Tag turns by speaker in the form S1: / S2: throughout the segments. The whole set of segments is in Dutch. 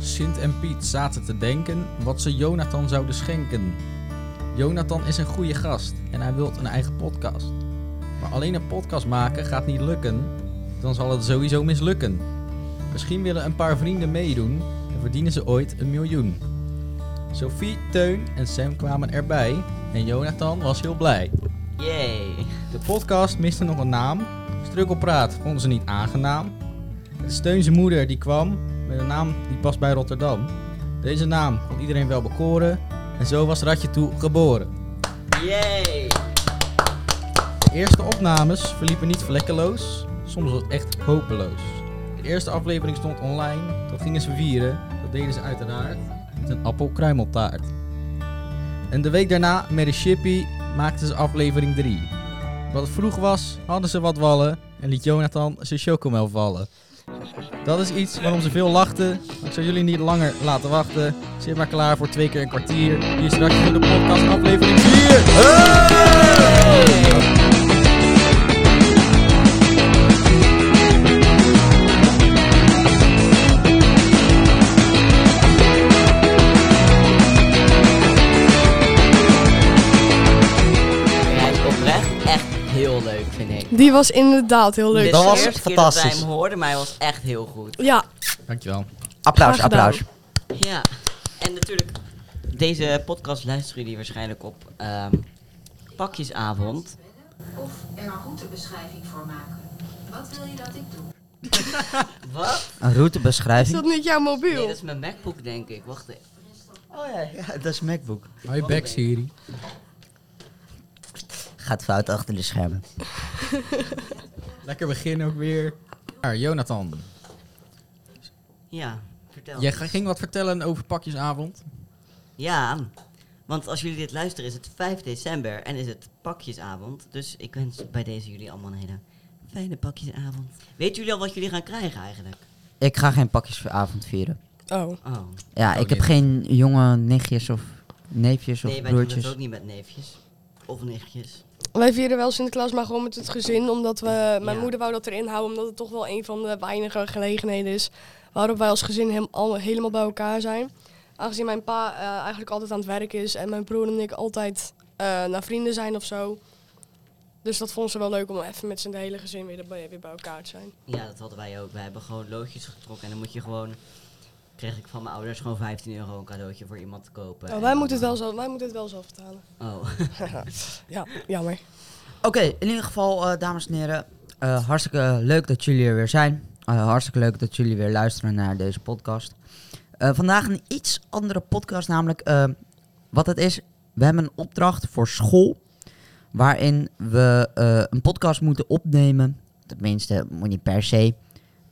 S1: Sint en Piet zaten te denken wat ze Jonathan zouden schenken. Jonathan is een goede gast en hij wil een eigen podcast. Maar alleen een podcast maken gaat niet lukken, dan zal het sowieso mislukken. Misschien willen een paar vrienden meedoen en verdienen ze ooit een miljoen. Sophie, Teun en Sam kwamen erbij en Jonathan was heel blij.
S2: Yay.
S1: De podcast miste nog een naam. Strukkelpraat vonden ze niet aangenaam. De steun zijn moeder die kwam met een naam die past bij Rotterdam. Deze naam kon iedereen wel bekoren en zo was Ratje Toe geboren.
S2: Yay.
S1: De eerste opnames verliepen niet vlekkeloos, soms was het echt hopeloos. De eerste aflevering stond online, dat gingen ze vieren, dat deden ze uiteraard met een appelkruimeltaart. En de week daarna, met de Shippy, maakten ze aflevering 3. Wat het vroeg was, hadden ze wat wallen en liet Jonathan zijn chocomel vallen. Dat is iets waarom ze veel lachten. Ik zal jullie niet langer laten wachten. Zit maar klaar voor twee keer een kwartier. Hier is straks de podcast aflevering 4.
S2: Hij is oprecht echt heel leuk, vind ik.
S3: Die was inderdaad heel leuk.
S2: Dit
S4: Dat
S2: is de
S4: was
S2: eerste keer dat wij
S4: fantastisch.
S2: hem hoorden, maar hij was echt heel goed.
S3: Ja,
S1: Dankjewel.
S4: Applaus,
S3: Graag gedaan.
S4: applaus.
S2: Ja. En natuurlijk, deze podcast luisteren jullie waarschijnlijk op ehm, pakjesavond.
S5: of er een routebeschrijving voor maken. Wat wil je dat ik doe?
S2: Wat?
S4: Een
S3: is
S4: routebeschrijving.
S3: dat niet jouw mobiel?
S2: Nee, dat is mijn MacBook, denk ik. Wacht even. Oh ja.
S4: Ja, dat is MacBook.
S1: Hi back Siri.
S4: Gaat fout achter de schermen.
S1: Lekker begin ook weer. Maar Jonathan,
S2: Ja, vertel.
S1: jij ging wat vertellen over pakjesavond.
S2: Ja, want als jullie dit luisteren is het 5 december en is het pakjesavond. Dus ik wens bij deze jullie allemaal een hele fijne pakjesavond. Weten jullie al wat jullie gaan krijgen eigenlijk?
S4: Ik ga geen pakjes voor avond vieren.
S3: Oh.
S2: Oh,
S4: Ja,
S1: Oh,
S4: ik heb
S1: nee.
S4: geen jonge nichtjes of neefjes of
S2: nee, wij doen het
S4: broertjes.
S2: ook niet met neefjes. Of nichtjes.
S3: Wij vieren wel Sinterklaas, maar gewoon met het gezin. Omdat we, mijn
S2: Ja.
S3: moeder wou dat erin houden, omdat het toch wel een van de weinige gelegenheden is. Waarop wij als gezin hem al- helemaal bij elkaar zijn. Aangezien mijn pa eh, eigenlijk altijd aan het werk is. En mijn broer en ik altijd eh, naar vrienden zijn of zo. Dus dat vonden ze wel leuk om even met zijn hele gezin weer, erbij- weer bij elkaar te zijn.
S2: Ja, dat hadden wij ook. Wij hebben gewoon loodjes getrokken en dan moet je gewoon... Kreeg ik van mijn ouders gewoon 15 euro een cadeautje voor iemand te kopen.
S3: Nou,
S2: En
S3: wij,
S2: dan-
S3: moeten het wel zelf, wij moeten het wel zelf vertalen.
S2: Oh,
S3: Ja, jammer.
S4: Oké, in ieder geval, eh, dames en heren. eh, hartstikke leuk dat jullie er weer zijn. Eh, hartstikke leuk dat jullie weer luisteren naar deze podcast. Eh, vandaag een iets andere podcast, namelijk eh, wat het is. We hebben een opdracht voor school. Waarin we eh, een podcast moeten opnemen. Tenminste, moet niet per se.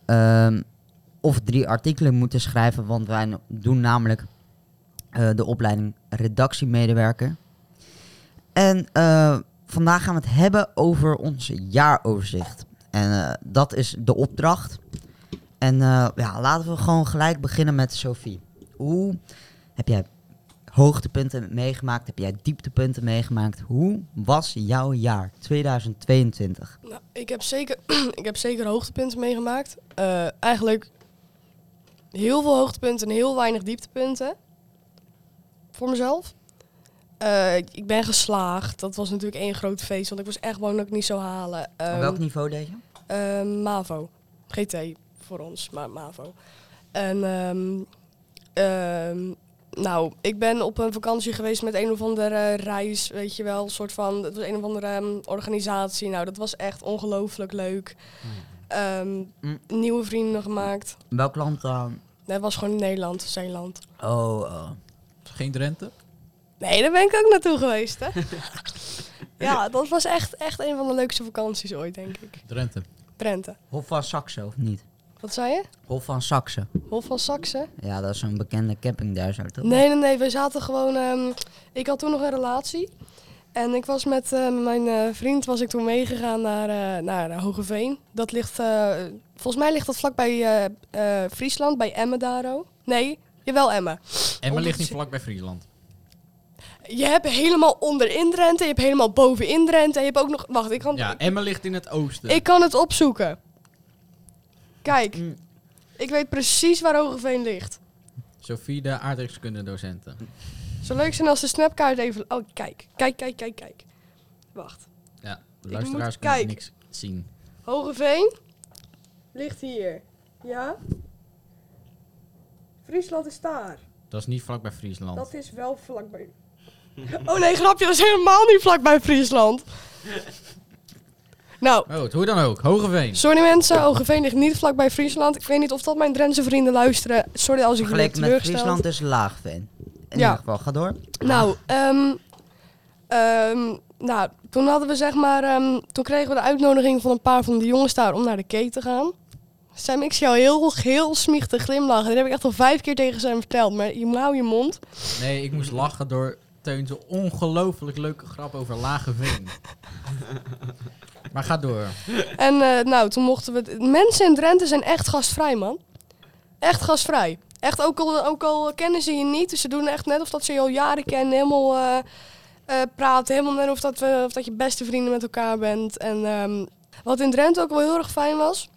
S4: Ehm, of drie artikelen moeten schrijven, want wij no- doen namelijk eh, de opleiding redactiemedewerker. En eh, vandaag gaan we het hebben over ons jaaroverzicht. En eh, dat is de opdracht. En eh, ja, laten we gewoon gelijk beginnen met Sophie. Hoe heb jij hoogtepunten meegemaakt? Heb jij dieptepunten meegemaakt? Hoe was jouw jaar 2022?
S3: Nou, ik, heb zeker, ik heb zeker hoogtepunten meegemaakt. Eh, eigenlijk heel veel hoogtepunten en heel weinig dieptepunten. Voor mezelf. Eh, ik ben geslaagd. Dat was natuurlijk één groot feest, want ik was echt bang dat ik het niet zou halen.
S4: Op
S3: Ehm,
S4: welk niveau deed je?
S3: eh, MAVO. GT voor ons, maar MAVO. En ehm, ehm, nou, ik ben op een vakantie geweest met een of andere reis, weet je wel. Een soort van, het was een of andere ehm, organisatie. Nou, dat was echt ongelooflijk leuk. Ehm,
S4: Mm.
S3: Nieuwe vrienden gemaakt.
S4: Welk land dan?
S3: Dat was gewoon in Nederland, Zeeland.
S4: Oh, oh.
S1: Geen Drenthe?
S3: Nee, daar ben ik ook naartoe geweest, hè. ja, dat was echt, echt een van de leukste vakanties ooit, denk ik.
S1: Drenthe.
S3: Drenthe.
S4: Hof van Saxe, of niet?
S3: Wat zei je?
S4: Hof van Saxe.
S3: Hof van Saxe?
S4: Ja, dat is een bekende camping daar zo, toch?
S3: Nee, nee, nee. We zaten gewoon... ehm, ik had toen nog een relatie. En ik was met eh, mijn eh, vriend was ik toen meegegaan naar, eh naar Hogeveen. Dat ligt... eh, volgens mij ligt dat vlakbij eh, eh, Friesland, bij Emmen daro. Nee, jawel Emmen.
S1: Emma ligt niet
S3: Ondertussen-
S1: vlak bij Friesland.
S3: Je hebt helemaal onderin Drenthe, je hebt helemaal bovenin Drenthe. En je hebt ook nog... Wacht, ik kan,
S1: Ja, eh. Emma ligt in het oosten.
S3: ik kan het opzoeken. Kijk, ik weet precies waar Hogeveen ligt.
S1: Sophie, de aardrijkskundedocenten.
S3: Zou leuk zijn als de snapkaart even... Oh, kijk. Kijk, kijk, kijk, kijk. Wacht.
S1: Ja, de
S3: Ik
S1: luisteraars
S3: moet
S1: kunnen
S3: kijken.
S1: niks zien.
S3: Hogeveen ligt hier. Ja. Friesland is daar.
S1: Dat is niet vlakbij Friesland.
S3: Dat is wel vlakbij... Oh nee, grapje. Dat is helemaal niet vlakbij Friesland. Nou,
S1: Oh, het- hoe dan ook. Hogeveen.
S3: sorry mensen. Hogeveen ligt niet vlakbij Friesland. Ik weet niet of dat mijn Drentse vrienden luisteren. Sorry als ik jullie
S4: Vergeleken met
S3: teleurstel.
S4: Friesland is laag, Vin. In
S3: Ja.
S4: ieder geval, ga door.
S3: Nou, ehm, ehm, nou, toen hadden we zeg maar, ehm, toen kregen we de uitnodiging van een paar van de jongens daar om naar de key te gaan. Sam, ik zie jou heel, heel smichtig glimlachen. Dat heb ik echt al vijf keer tegen Sam verteld, maar je hou je mond.
S1: Nee, ik moest lachen door Teun's ongelooflijk leuke grap over lage veen. maar ga door.
S3: En eh, nou, toen mochten we... het- Mensen in Drenthe zijn echt gastvrij, man. Echt gastvrij. Echt, ook al, ook al kennen ze je niet. Dus ze doen echt net of dat ze je al jaren kennen. Helemaal eh, eh, praten. Helemaal net of dat, we, of dat je beste vrienden met elkaar bent. En ehm, wat in Drenthe ook wel heel erg fijn was...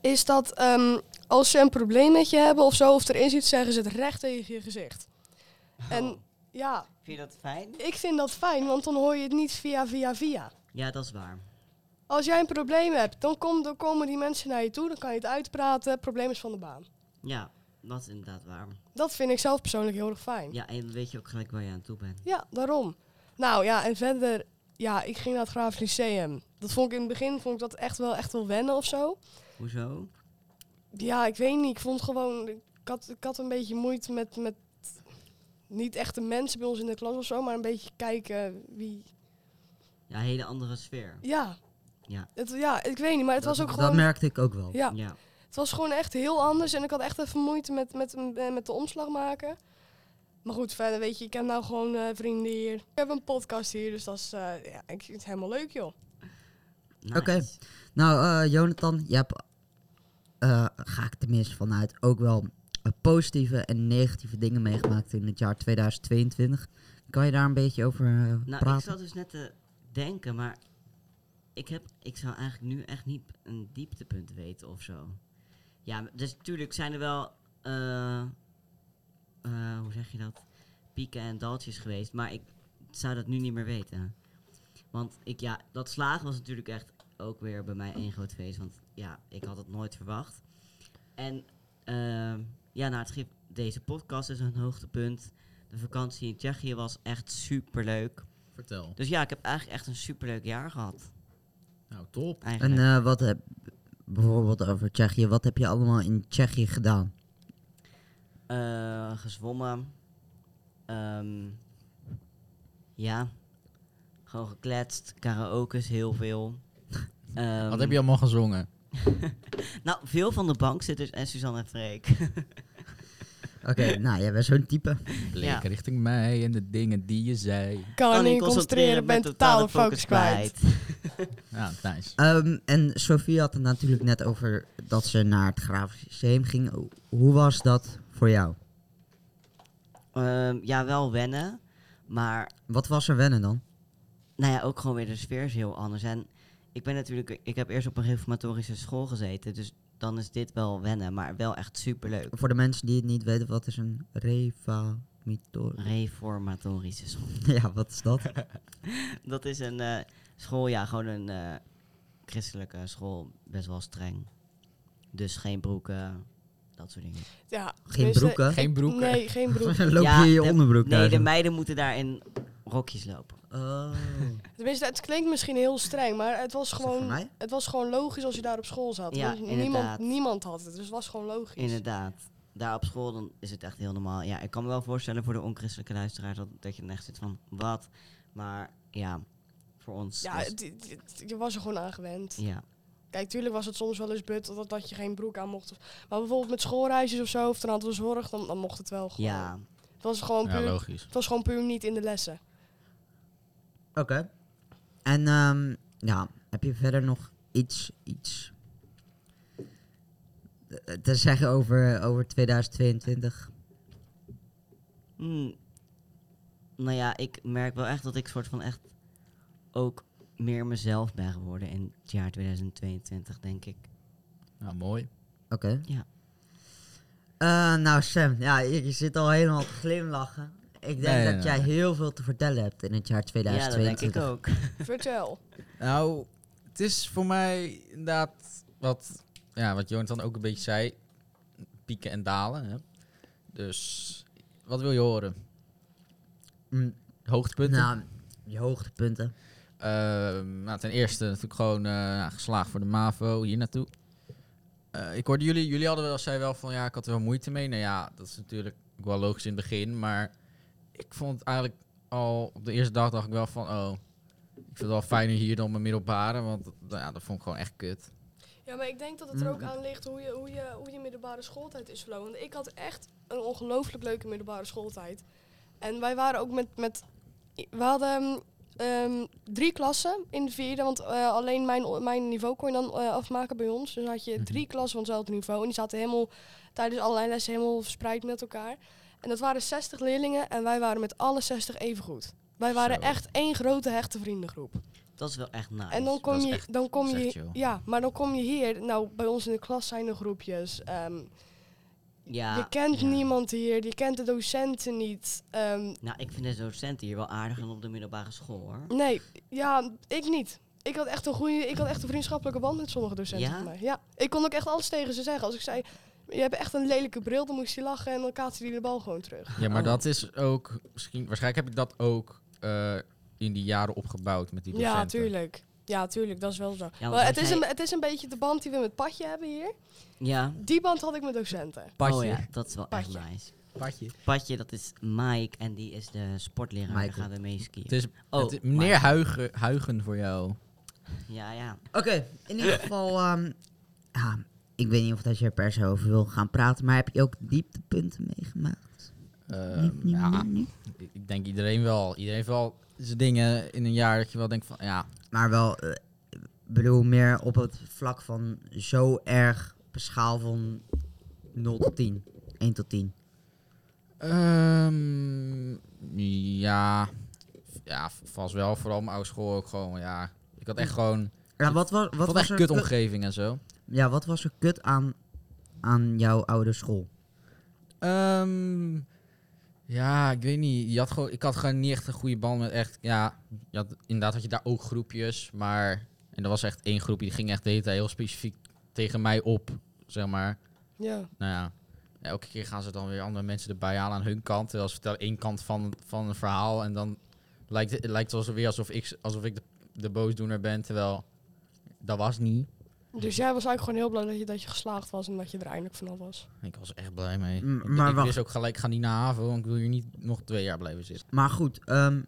S3: is dat ehm, als ze een probleem met je hebben of zo... of er is iets, zeggen ze het recht tegen je gezicht. En ja,
S2: Vind je dat fijn?
S3: ik vind dat fijn, want dan hoor je het niet via, via, via.
S2: Ja, dat is waar.
S3: Als jij een probleem hebt, dan, kom, dan komen die mensen naar je toe. Dan kan je het uitpraten. Het probleem is van de baan.
S2: Ja, dat is inderdaad waar.
S3: Dat vind ik zelf persoonlijk heel erg fijn. Ja,
S2: Ja, en dan weet je ook gelijk waar je aan toe bent.
S3: daarom. Nou ja, en verder... Ja, ik ging naar het Graaf Lyceum. Dat vond ik in het begin vond ik dat echt wel, echt wel wennen of zo.
S2: Hoezo?
S3: Ja, ik weet niet. Ik vond gewoon... Ik had, ik had een beetje moeite met, met... Niet echt de mensen bij ons in de klas of zo, maar een beetje kijken wie...
S2: Ja, een hele andere sfeer.
S3: Ja.
S2: Ja.
S3: Het, ja, ik weet niet, maar het was ook
S4: dat,
S3: gewoon...
S4: dat merkte ik ook wel.
S3: ja.
S2: Ja.
S3: Het was gewoon echt heel anders en ik had echt even moeite met, met, eh, met de omslag maken. Maar goed, verder weet je, ik heb nou gewoon eh, vrienden hier. Ik heb een podcast hier, dus dat is, eh, ja, ik vind het helemaal leuk joh.
S2: Nice.
S4: Oké. Nou, eh, Jonathan, je hebt, eh, ga ik tenminste vanuit, ook wel eh, positieve en negatieve dingen meegemaakt in het jaar 2022. Kan je daar een beetje over eh,
S2: Nou, ik
S4: praten?
S2: zat dus net te denken, maar ik, heb, ik zou eigenlijk nu echt niet een dieptepunt weten of zo. Ja, m- dus natuurlijk zijn er wel, eh, eh, hoe zeg je dat, pieken en daltjes geweest, maar ik zou dat nu niet meer weten. Want ik, ja, dat slagen was natuurlijk echt ook weer bij mij één groot feest, want ja, ik had het nooit verwacht. En ehm, ja, nou, het schip, deze podcast is een hoogtepunt. De vakantie in Tsjechië was echt super leuk.
S1: Vertel.
S2: Dus ja, ik heb eigenlijk echt een superleuk jaar gehad.
S1: Nou, top.
S4: En
S2: Eigenlijk.
S4: eh, wat heb, bijvoorbeeld over Tsjechië, wat heb je allemaal in Tsjechië gedaan?
S2: Eh, gezwommen. Ehm, ja. Gewoon gekletst. Karaoke's heel veel. Ehm,
S1: Wat heb je allemaal gezongen?
S2: Nou, veel van de bankzitters en Suzanne en Freek.
S4: Oké, nou, jij bent zo'n type.
S1: Blik richting mij en de dingen die je zei.
S3: Kan, niet concentreren, ben totale focus kwijt.
S1: Ja, Nou, nice.
S4: Ehm, en Sofie had het natuurlijk net over dat ze naar het Grafisch Museum ging. Ho- Hoe was dat voor jou?
S2: Ehm, ja, wel wennen. Maar
S4: Wat was er wennen dan?
S2: nou ja, ook gewoon weer de sfeer is heel anders. En ik ben natuurlijk, ik heb eerst op een reformatorische school gezeten. Dus dan is dit wel wennen, maar wel echt superleuk.
S4: Voor de mensen die het niet weten, wat is een refamitor?
S2: Reformatorische school.
S4: ja, wat is dat?
S2: Dat is een eh, school, ja, gewoon een eh, christelijke school. Best wel streng. Dus geen broeken, dat soort dingen.
S3: Ja,
S4: Geen
S3: tenminste-
S4: broeken?
S1: Geen broeken.
S3: Nee, geen broek.
S4: Dan loop je
S2: Ja,
S4: in je
S2: de-
S4: onderbroek
S2: Nee,
S4: thuis.
S2: de meiden moeten daar in rokjes lopen.
S4: Oh.
S3: Tenminste, het klinkt misschien heel streng, maar het was,
S4: dat voor
S3: gewoon,
S4: mij?
S3: het was gewoon logisch als je daar op school zat.
S2: Ja,
S3: want niemand,
S2: inderdaad.
S3: niemand had het, dus het was gewoon logisch.
S2: Inderdaad. Daar op school dan is het echt heel normaal. Ja, ik kan me wel voorstellen voor de onchristelijke luisteraars dat, dat je dan echt zit van, wat? Maar ja, voor ons...
S3: Ja,
S2: is-
S3: het- het- het- je was er gewoon aan gewend.
S2: ja.
S3: Kijk, tuurlijk was het soms wel eens but dat, dat je geen broek aan mocht. Of- Maar bijvoorbeeld met schoolreisjes of zo, of dan hadden we zorg, dan, dan mocht het wel gewoon.
S2: ja,
S3: Het was gewoon
S1: Ja,
S3: puur,
S1: logisch.
S3: het was gewoon puur niet in de lessen.
S4: Oké. En ehm, ja, heb je verder nog iets, iets eh, te zeggen over, over 2022?
S2: Hmm. Nou ja, ik merk wel echt dat ik soort van echt ook meer mezelf ben geworden in het jaar 2022, denk ik.
S1: Nou, mooi.
S4: Oké.
S2: Ja.
S4: Ehm, Eh, nou, Sam, ja, je, je zit al helemaal te glimlachen. Ik denk
S1: Nee,
S4: dat
S1: nee,
S4: jij
S1: nee.
S4: heel veel te vertellen hebt in het jaar
S2: Ja, dat denk
S4: 2022.
S2: ik ook.
S3: Vertel.
S1: Nou, het is voor mij inderdaad wat, ja, wat Jonathan ook een beetje zei. Pieken en dalen. Hè? Dus wat wil je horen?
S4: Mm,
S1: Hoogtepunten?
S4: nou, je hoogtepunten.
S1: Ehm, nou, ten eerste natuurlijk gewoon eh, nou, geslaagd voor de MAVO hier naartoe. Eh, ik hoorde jullie, jullie hadden wel, zei wel van ja, ik had er wel moeite mee. Nou ja, dat is natuurlijk ook wel logisch in het begin, maar ik vond het eigenlijk al op de eerste dag dacht ik wel van oh, ik vind het wel fijner hier dan mijn middelbare, want nou ja, dat vond ik gewoon echt kut.
S3: Ja, maar ik denk dat het er ook aan ligt hoe je, hoe je, hoe je middelbare schooltijd is verlopen. Want ik had echt een ongelooflijk leuke middelbare schooltijd. En wij waren ook met... met we hadden ehm, drie klassen in de vierde. Want eh, alleen mijn, o- mijn niveau kon je dan eh, afmaken bij ons. Dus dan had je drie klassen van hetzelfde niveau. En die zaten helemaal tijdens allerlei lessen helemaal verspreid met elkaar. En dat waren 60 leerlingen. En wij waren met alle 60 even goed. Wij waren
S1: Zo.
S3: echt één grote hechte vriendengroep.
S2: Dat is wel echt nice.
S3: En dan kom
S1: dat is
S3: je,
S1: echt-
S3: dan kom
S1: dat is
S3: je,
S1: echt chill.
S3: ja, maar dan kom je hier. Nou, bij ons in de klas zijn er groepjes. ehm,
S2: ja,
S3: je kent
S2: ja.
S3: niemand hier, je kent de docenten niet. ehm,
S2: Nou, ik vind de docenten hier wel aardig en op de middelbare school hoor.
S3: nee, ja, ik niet. Ik had echt een goede, ik had echt een vriendschappelijke band met sommige docenten.
S2: Ja?
S3: van mij. ja, ik kon ook echt alles tegen ze zeggen. Als ik zei, je hebt echt een lelijke bril, dan moest je lachen en dan kaatste die de bal gewoon terug.
S1: Ja, maar
S2: Oh.
S1: dat is ook misschien, waarschijnlijk heb ik dat ook eh, in die jaren opgebouwd met die docenten.
S3: Ja, tuurlijk. Ja, tuurlijk, dat is wel zo.
S2: want
S3: maar
S2: als
S3: het, is
S2: jij-
S3: een, het is een beetje de band die we met Patje hebben hier.
S2: Ja.
S3: Die band had ik met docenten.
S1: Patje,
S2: Oh ja, dat is wel
S3: Patje.
S2: echt nice.
S1: patje.
S2: Patje, dat is Mike en die is de sportleraar. Daar
S4: Michael.
S2: gaan we mee skiën.
S1: Het is,
S2: Oh,
S1: het is meneer Huigen, Huigen voor jou.
S2: Ja, ja.
S4: Oké, in ieder geval... ehm, ja, ik weet niet of dat je er per se over wil gaan praten, maar heb je ook dieptepunten meegemaakt?
S1: Ehm,
S4: Niet, niet,
S1: ja,
S4: niet, niet.
S1: ik- ik denk iedereen wel. Iedereen heeft wel zijn dingen in een jaar dat je wel denkt van, ja,
S4: Maar wel, eh, ik bedoel, meer op het vlak van zo erg op een schaal van 0 tot 10. 1 tot 10.
S1: ehm, ja, ja, vast wel. Vooral mijn oude school ook gewoon, ja. Ik had echt gewoon,
S4: Ja, wat, was wat,
S1: wat
S4: was
S1: echt
S4: er
S1: kut omgeving en zo.
S4: Ja, wat was er kut aan, aan jouw oude school?
S1: Ehm, ja, ik weet niet. Je had gewoon, ik had gewoon niet echt een goede band met echt, ja, je had, inderdaad had je daar ook groepjes, maar, en er was echt één groepje die ging echt de hele tijd heel specifiek tegen mij op, zeg maar.
S3: Ja.
S1: Nou ja, elke keer gaan ze dan weer andere mensen erbij halen aan hun kant. Terwijl ze vertellen één kant van, van een verhaal. En dan lijkt het, het lijkt het alsof- weer alsof ik, alsof ik de, de boosdoener ben. Terwijl dat was niet.
S3: Dus jij was eigenlijk gewoon heel blij dat je, dat je geslaagd was en dat je er eindelijk vanaf was.
S1: Ik was er echt blij mee.
S4: M-
S1: Ik-
S4: maar
S1: ik
S4: wacht.
S1: wist ook gelijk, ik ga niet naar HAVO, want ik wil hier niet nog twee jaar blijven zitten.
S4: Maar goed, ehm,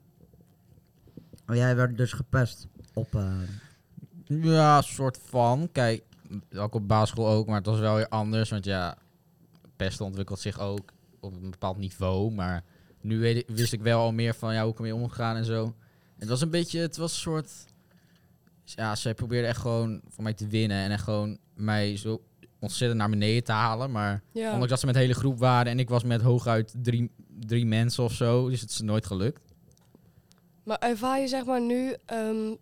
S4: oh, jij werd dus gepest op... eh,
S1: Ja, soort van. Kijk, ook op basisschool ook, maar het was wel weer anders. Want ja, pesten ontwikkelt zich ook op een bepaald niveau. Maar nu weet ik- wist ik wel al meer van ja, hoe ik ermee omgaan en zo. Het was een beetje, het was een soort... Ja, zij probeerde echt gewoon voor mij te winnen. En echt gewoon mij zo ontzettend naar beneden te halen. Maar
S3: Ja.
S1: ondanks dat ze met de hele groep waren en ik was met hooguit drie, drie mensen of zo. Dus het is nooit gelukt.
S3: Maar ervaar je zeg maar nu, ehm,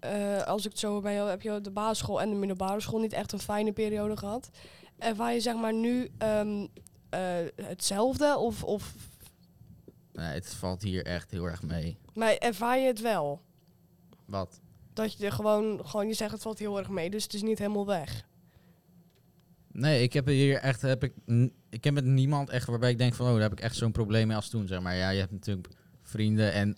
S3: eh, als ik het zo hoor bij jou, heb je de basisschool en de middelbare school niet echt een fijne periode gehad. Ervaar je zeg maar nu ehm, eh, hetzelfde of, of,
S1: Nee, het valt hier echt heel erg mee.
S3: maar ervaar je het wel?
S1: Wat?
S3: Dat je er gewoon, gewoon, je zegt het valt heel erg mee, dus het is niet helemaal weg.
S1: Nee, ik heb hier echt, heb ik, n- ik heb met niemand echt waarbij ik denk van, oh, daar heb ik echt zo'n probleem mee als toen, zeg maar. Ja, je hebt natuurlijk vrienden en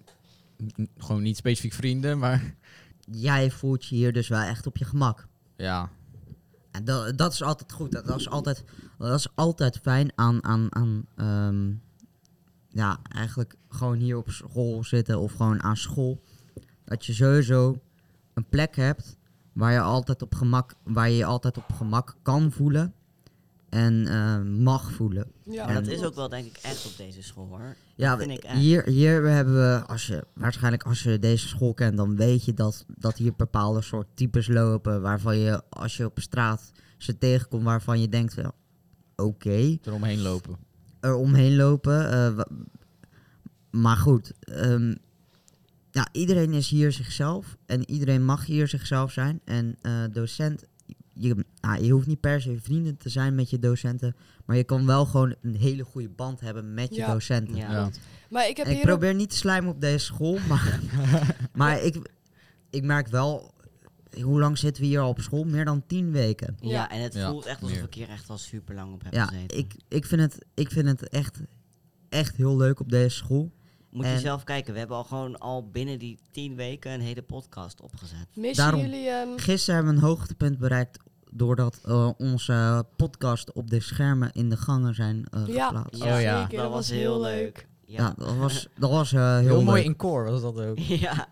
S1: n- gewoon niet specifiek vrienden, maar
S4: jij voelt je hier dus wel echt op je gemak.
S1: ja,
S4: En dat, dat is altijd goed. Dat, dat is, altijd, dat is altijd fijn aan... aan, aan ehm, ja, eigenlijk gewoon hier op school zitten of gewoon aan school. Dat je sowieso een plek hebt waar je altijd op gemak, waar je, je altijd op gemak kan voelen. En eh, mag voelen.
S3: Ja,
S2: Maar dat is ook wel denk ik echt op deze school hoor.
S4: Ja,
S2: vind
S4: we-
S2: ik echt.
S4: hier, hier hebben we, als je, waarschijnlijk als je deze school kent, dan weet je dat, dat hier bepaalde soort types lopen waarvan je, als je op straat ze tegenkomt, waarvan je denkt, wel, oké,
S1: eromheen lopen.
S4: er omheen lopen. eh, wa- maar goed, ehm, ja, iedereen is hier zichzelf en iedereen mag hier zichzelf zijn. En eh, docent je, nou, je hoeft niet per se vrienden te zijn met je docenten, maar je kan wel gewoon een hele goede band hebben met je
S3: Ja.
S4: docenten.
S2: Ja.
S1: Ja.
S3: Maar ik heb
S4: Ik
S3: hier ook-
S4: probeer niet te slijmen op deze school, maar, maar ik, ik merk wel, hoe lang zitten we hier al op school? Meer dan tien weken.
S2: Ja,
S3: Ja.
S2: en het
S1: Ja,
S2: voelt echt alsof
S1: meer.
S2: ik hier echt al super lang op heb
S4: Ja,
S2: gezeten.
S4: ik, ik, vind het, ik vind het echt, echt heel leuk op deze school.
S2: Moet
S4: en-
S2: je zelf kijken, we hebben al gewoon al binnen die tien weken een hele podcast opgezet.
S3: missen
S4: daarom.
S3: jullie... ehm,
S4: Gisteren hebben we een hoogtepunt bereikt doordat eh, onze podcast op de schermen in de gangen zijn eh,
S3: Ja.
S4: geplaatst. Ja,
S1: Oh ja.
S3: zeker, dat was heel leuk.
S2: Ja.
S4: dat was, dat was eh, heel,
S1: Heel, mooi
S4: leuk.
S1: in koor was dat ook.
S2: ja.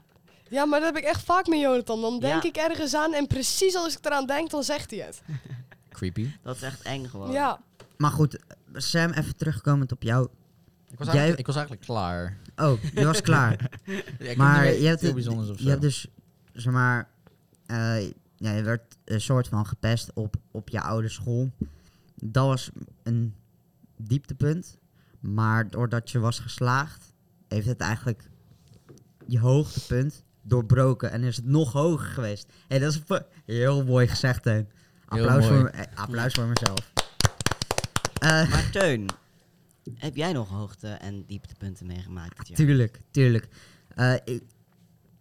S3: Ja, maar dat heb ik echt vaak met Jonathan. Dan denk
S2: Ja.
S3: ik ergens aan en precies als ik eraan denk, dan zegt hij het.
S1: Creepy.
S2: dat is echt eng gewoon.
S3: Ja,
S4: Maar goed, Sam, even terugkomend op jou.
S1: Ik was,
S4: Jij-
S1: eigenlijk, ik was eigenlijk klaar.
S4: Oh, je was klaar.
S1: Ja, ik
S4: maar
S1: weet niet
S4: je hebt,
S1: heel
S4: het-
S1: bijzonders of zo.
S4: je hebt dus, zeg maar, eh, ja, je werd een soort van gepest op, op je oude school. Dat was een dieptepunt. Maar doordat je was geslaagd, heeft het eigenlijk je hoogtepunt doorbroken. En is het nog hoger geweest. Hé, dat is een fu- heel mooi gezegd, Teun. Applaus,
S1: mooi.
S4: voor, me- eh, applaus voor mezelf. Eh,
S2: Maar Teun, heb jij nog hoogte en dieptepunten meegemaakt dit jaar?
S4: Tuurlijk, tuurlijk. Eh, ik-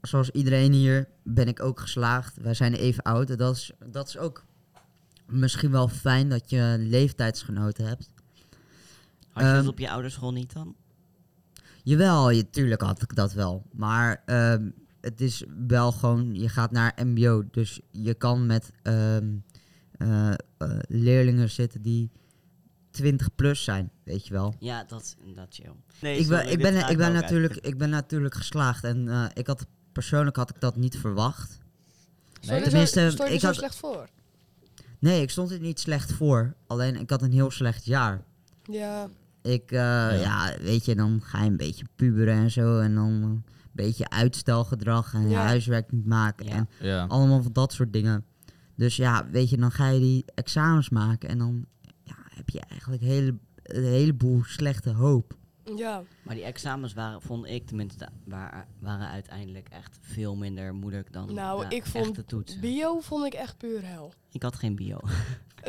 S4: zoals iedereen hier ben ik ook geslaagd. Wij zijn even oud. En Dat is, dat is ook misschien wel fijn dat je leeftijdsgenoten hebt.
S2: Had je dat
S4: Ehm,
S2: op je ouderschool niet dan?
S4: Jawel, je, tuurlijk had ik dat wel. Maar ehm, het is wel gewoon, je gaat naar MBO. Dus je kan met ehm, eh, eh, leerlingen zitten die 20 plus zijn, weet je wel.
S2: Ja, dat is inderdaad chill. Nee,
S4: ik ben,
S2: sorry,
S4: ik
S2: dit
S4: ben,
S2: ga
S4: ik, ben
S2: ook uit.
S4: natuurlijk, ik ben natuurlijk geslaagd. En eh, ik had, persoonlijk had ik dat niet verwacht.
S3: nee,
S4: tenminste,
S3: stond je
S4: ik
S3: er zo
S4: had-
S3: slecht voor.
S4: Nee, ik stond er niet slecht voor. Alleen ik had een heel slecht jaar.
S3: Ja,
S4: Ik, eh, ja. weet je, dan ga je een beetje puberen en zo. En dan eh, een beetje uitstelgedrag en je
S3: Ja.
S4: huiswerk niet maken.
S2: Ja.
S4: En
S1: Ja.
S4: allemaal van dat soort dingen. Dus ja, weet je, dan ga je die examens maken. En dan ja, heb je eigenlijk hele, een heleboel slechte hoop.
S3: ja.
S2: Maar die examens waren, vond ik tenminste, da- waar- waren uiteindelijk echt veel minder moeilijk dan
S3: Nou,
S2: de
S3: ik vond
S2: echte toetsen.
S3: Bio vond ik echt puur hel.
S2: ik had geen bio.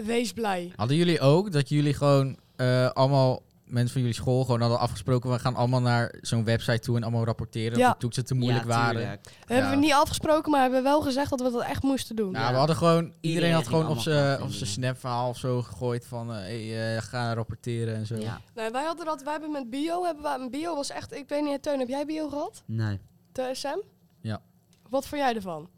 S3: Wees blij.
S1: Hadden jullie ook dat jullie gewoon eh, allemaal mensen van jullie school gewoon hadden afgesproken, we gaan allemaal naar zo'n website toe en allemaal rapporteren
S3: Ja.
S1: of de toetsen te moeilijk
S2: Ja,
S1: waren.
S2: tuurlijk.
S3: Dat hebben we
S1: Ja.
S3: niet afgesproken, maar hebben we wel gezegd dat we dat echt moesten doen.
S1: Nou,
S2: Ja.
S1: we hadden gewoon, iedereen,
S2: Iedereen
S1: had
S2: ging
S1: gewoon op
S2: allemaal
S1: zijn
S2: gaan
S1: op
S2: vinden.
S1: zijn snapverhaal of zo gegooid van, eh hey, eh, ga rapporteren en zo.
S2: Ja.
S3: Nee, wij hadden dat, wij hebben met Bio, hebben we, en Bio was echt, ik weet niet, Teun, heb jij Bio gehad?
S4: Nee.
S3: Te- Sam?
S1: Ja.
S3: Wat vond jij ervan?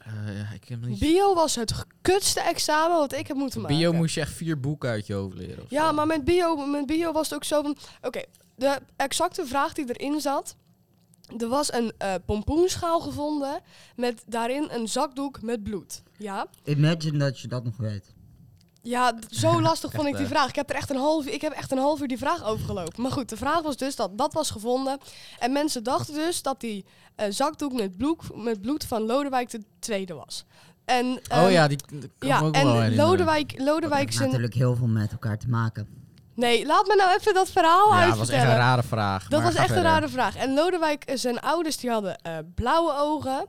S1: Eh, ja, ik heb niet...
S3: Bio was het gekutste examen wat ik heb moeten maken.
S1: Bio moest je echt vier boeken uit je hoofd leren. of
S3: Ja,
S1: zo.
S3: maar met bio, met bio was het ook zo van... Oké, de exacte vraag die erin zat... Er was een eh, pompoenschaal gevonden met daarin een zakdoek met bloed. Ja,
S4: Imagine dat je dat nog weet.
S3: ja d- zo lastig vond ik die
S1: eh.
S3: vraag. Ik heb er echt een half, ik heb echt een half uur die vraag overgelopen. Maar goed, de vraag was dus dat dat was gevonden. En mensen dachten dus dat die eh, zakdoek met bloed, met bloed van Lodewijk de tweede was. En,
S1: oh
S3: ehm,
S1: ja, die die kan ik me
S3: ja
S1: ook wel
S3: en
S1: herinneren.
S3: Lodewijk,
S4: Dat
S3: Lodewijk
S4: heeft
S3: zijn...
S4: natuurlijk heel veel met elkaar te maken.
S3: Nee, laat me nou even dat verhaal
S1: Ja, dat was echt
S3: uitvertellen.
S1: een rare vraag.
S3: Dat
S1: maar
S3: was
S1: ga
S3: echt een
S1: verder.
S3: rare vraag. En Lodewijk, eh, zijn ouders, die hadden eh, blauwe ogen.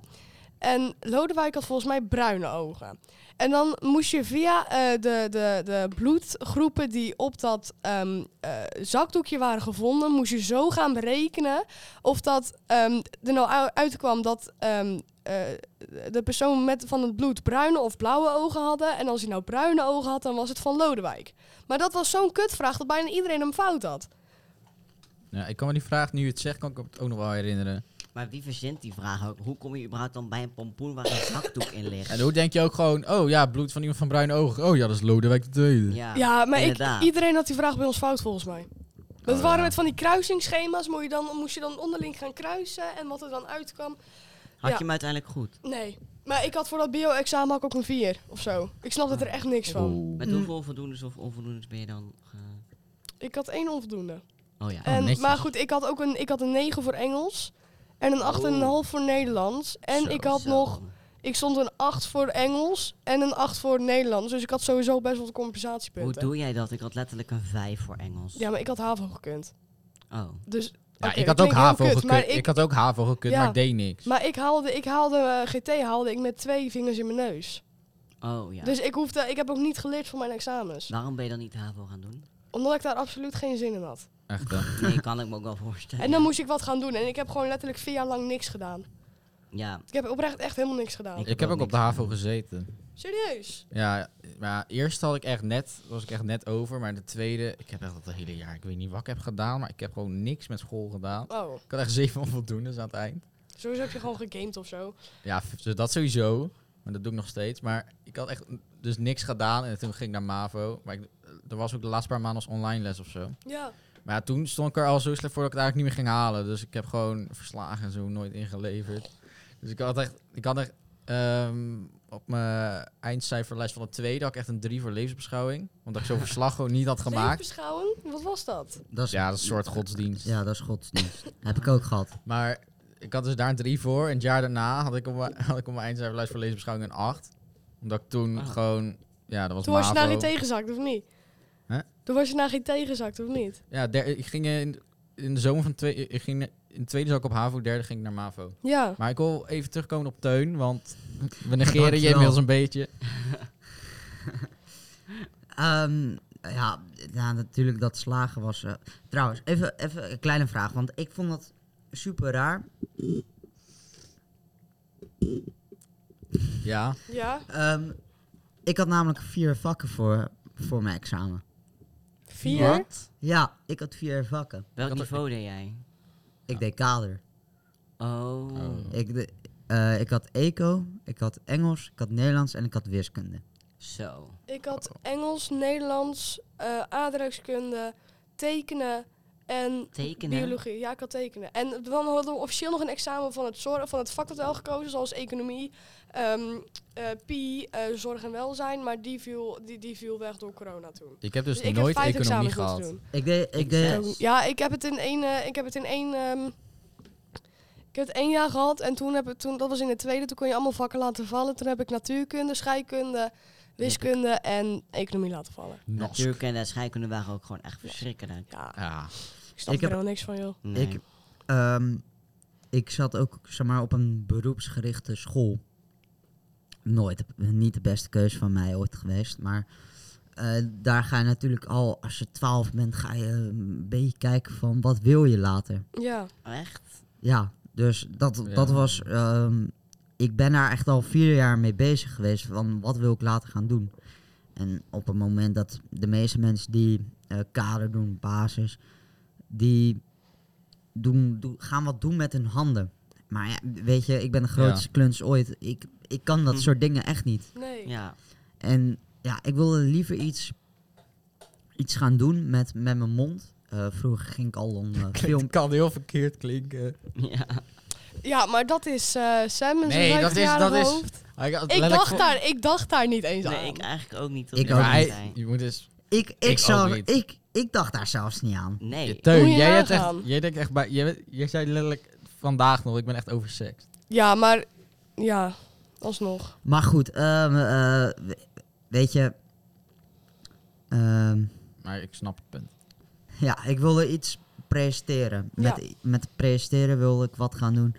S3: En Lodewijk had volgens mij bruine ogen. En dan moest je via eh, de, de, de bloedgroepen die op dat ehm, eh, zakdoekje waren gevonden, moest je zo gaan berekenen of dat ehm, er nou u- uitkwam dat ehm, eh, de persoon met, van het bloed bruine of blauwe ogen hadden. En als hij nou bruine ogen had, dan was het van Lodewijk. Maar dat was zo'n kutvraag dat bijna iedereen hem fout had.
S1: Ja, ik kan me die vraag, nu je het zegt, kan ik me het ook nog wel herinneren.
S2: Maar wie verzint die vraag ook? Hoe kom je überhaupt dan bij een pompoen waar een zakdoek in ligt?
S1: En hoe denk je ook gewoon, oh ja, bloed van iemand van bruine ogen. Oh ja, dat is Lodewijk de Tweede.
S2: Ja,
S3: Ja, maar ik,
S2: inderdaad.
S3: iedereen had die vraag bij ons fout volgens mij. Dat
S1: Oh,
S3: waren
S1: ja.
S3: met van die kruisingsschema's. Moest je, dan, moest je dan onderling gaan kruisen en wat er dan uitkwam.
S2: Had
S3: ja.
S2: je hem uiteindelijk goed?
S3: Nee. Maar ik had voor dat bio-examen had ik ook een 4 of zo. Ik snapte er echt niks van.
S1: Oeh.
S2: Met
S4: Mm.
S2: hoeveel voldoendes of onvoldoendes ben je dan? ge-
S3: Ik had één onvoldoende.
S2: Oh ja.
S1: Oh,
S3: en,
S1: netjes.
S3: maar goed, ik had ook een, ik had een 9 voor Engels. En een 8,5 voor Nederlands. En
S1: Oh. Zo,
S3: ik had
S2: Zo.
S3: nog... Ik stond een 8 voor Engels en een 8 voor Nederlands. Dus ik had sowieso best wel wat
S2: Hoe
S3: compensatiepunten.
S2: doe jij dat? Ik had letterlijk een 5 voor Engels.
S3: Ja, maar ik had HAVO gekund.
S2: Oh.
S3: Dus,
S1: Ja,
S3: oké,
S1: ik had
S3: het
S1: ook
S3: klinkt heel
S1: HAVO
S3: kut,
S1: gekund.
S3: maar
S1: Ik had ook HAVO gekund,
S3: Ja.
S1: maar ik deed niks.
S3: Maar ik haalde, ik haalde eh, GT haalde ik met twee vingers in mijn neus.
S2: Oh ja. Nou.
S3: Dus ik, hoefde, ik heb ook niet geleerd voor mijn examens.
S2: Waarom ben je dan niet HAVO gaan doen?
S3: Omdat ik daar absoluut geen zin in had.
S1: Echt eh. dan.
S2: Nee, kan ik me ook wel voorstellen.
S3: En dan moest ik wat gaan doen. En ik heb gewoon letterlijk vier jaar lang niks gedaan.
S2: Ja,
S3: Ik heb oprecht echt helemaal niks gedaan.
S2: Ik
S1: Ik heb
S2: ook
S1: ook op de
S2: niks
S1: HAVO gezeten.
S3: Serieus?
S1: Ja, maar eerst had ik echt net, was ik echt net over. Maar de tweede, ik heb echt dat hele jaar, ik weet niet wat ik heb gedaan. Maar ik heb gewoon niks met school gedaan.
S3: Oh,
S1: Ik had echt zeven onvoldoendes aan het eind.
S3: sowieso heb je gewoon gegamed of zo.
S1: Ja, v- dus dat sowieso. Maar dat doe ik nog steeds. Maar ik had echt n- dus niks gedaan. En toen ging ik naar MAVO. Maar ik, er was ook de laatste paar maanden als online les of zo.
S3: Ja.
S1: Maar ja, toen stond ik er al zo slecht voor dat ik het eigenlijk niet meer ging halen. Dus ik heb gewoon verslagen en zo nooit ingeleverd. Dus ik had echt, ik had echt ehm, op mijn eindcijferlijst van de tweede had ik echt een drie voor levensbeschouwing. Omdat ik zo'n verslag gewoon niet had gemaakt.
S3: Levensbeschouwen? Wat was dat?
S4: Dat is,
S1: Ja, dat is een soort godsdienst.
S4: ja, dat is godsdienst. heb ik ook gehad.
S1: Maar ik had dus daar een 3 voor. En het jaar daarna had ik op mijn, had ik op mijn eindcijferlijst voor leesbeschouwing een 8. Omdat ik toen
S2: Ah.
S1: gewoon... Ja, dat was
S3: Oh. Toen was
S1: MAVO.
S3: je naar geen tegenzakt, of niet?
S1: Hè?
S3: Toen was je naar geen tegenzakt, of niet?
S1: Ja, der- ik ging in, in de zomer van... Twee, ik ging, in de tweede zat ik op HAVO, derde ging ik naar MAVO.
S3: Ja.
S1: Maar ik wil even terugkomen op Teun, want we negeren je
S4: Dankjewel.
S1: inmiddels een beetje.
S4: Ehm, ja, ja, natuurlijk dat slagen was... eh, Trouwens, even, even een kleine vraag. Want ik vond dat super raar.
S1: Ja,
S3: Ja?
S4: Ehm, ik had namelijk vier vakken voor, voor mijn examen.
S3: Vier?
S4: Ja, ik had vier vakken.
S2: welk
S1: Kan er-
S2: niveau deed jij?
S4: Ik deed kader.
S2: Oh.
S1: Oh.
S4: Ik, de- eh, ik had eco, ik had Engels, ik had Nederlands en ik had wiskunde.
S2: Zo.
S3: Ik had Engels, Nederlands, eh aardrijkskunde, tekenen en
S2: Tekenen?
S3: biologie. Ja, ik had tekenen. En dan hadden we officieel nog een examen van het, zorg, van het vak dat we al gekozen, zoals economie, ehm eh, PI, eh, zorg en welzijn. Maar die viel, die, die viel weg door corona toen.
S1: ik heb dus,
S3: ik
S1: nooit
S3: heb vijf
S1: economie
S3: examens moeten
S1: gehad.
S3: doen.
S4: Ik deed... Ik
S2: Succes.
S4: deed
S3: Ja, ik heb het in één, eh, ik heb het in één, ehm, ik heb het één jaar gehad en toen heb ik, toen, dat was in de tweede, toen kon je allemaal vakken laten vallen. Toen heb ik natuurkunde, scheikunde, wiskunde en economie laten vallen.
S1: Nos.
S2: Natuurkunde en scheikunde waren ook gewoon echt verschrikkelijk.
S3: Ja,
S1: Ja,
S3: ik snap er
S4: Ik heb-
S3: helemaal niks van, joh.
S2: Nee.
S4: Ik, ehm, ik zat ook zeg maar, op een beroepsgerichte school. Nooit, niet de beste keuze van mij ooit geweest. Maar eh, daar ga je natuurlijk al, als je 12 bent, ga je een beetje kijken van wat wil je later.
S3: Ja,
S2: Oh, echt?
S4: Ja, dus dat,
S1: Ja.
S4: dat was. ehm, ik ben daar echt al vier jaar mee bezig geweest. Van wat wil ik later gaan doen? En op het moment dat de meeste mensen die eh, kader doen, basis, die doen, doen- gaan wat doen met hun handen. Maar ja, weet je, ik ben de grootste kluns ooit. Ik, ik kan dat
S2: Hm.
S4: soort dingen echt niet.
S3: nee.
S2: Ja.
S4: En ja, ik wilde liever iets, iets gaan doen met, met mijn mond. Eh, vroeger ging ik al een eh, film.
S1: Het kan heel verkeerd klinken.
S2: Ja.
S3: Ja, maar dat is eh Sam en
S1: Nee,
S3: zijn
S1: dat is-
S3: vijfjarig
S1: dat is-
S3: hoofd.
S1: Ik, had
S3: Ik
S1: letterlijk
S3: dacht,
S1: voor-
S3: daar, ik dacht daar niet eens aan.
S2: Nee, ik eigenlijk ook niet. tot
S4: Ik
S2: nu
S4: ook
S2: toe.
S1: Maar hij-
S2: Nee.
S1: je moet dus- eens...
S4: Ik, ik,
S1: Ik
S4: zou,
S1: ook niet.
S4: ik, ik dacht daar zelfs niet aan.
S2: Nee.
S1: Teun,
S3: Moet je
S1: jij, hebt echt,
S3: nagaan.
S1: jij denkt echt bij... Jij, bent- jij zei letterlijk vandaag nog, ik ben echt overseks.
S3: Ja, maar ja, alsnog.
S4: Maar goed, ehm, eh, we- weet je. ehm,
S1: Maar ik snap het punt.
S4: ja, ik wilde iets presenteren.
S3: Ja.
S4: Met, met presenteren wilde ik wat gaan doen.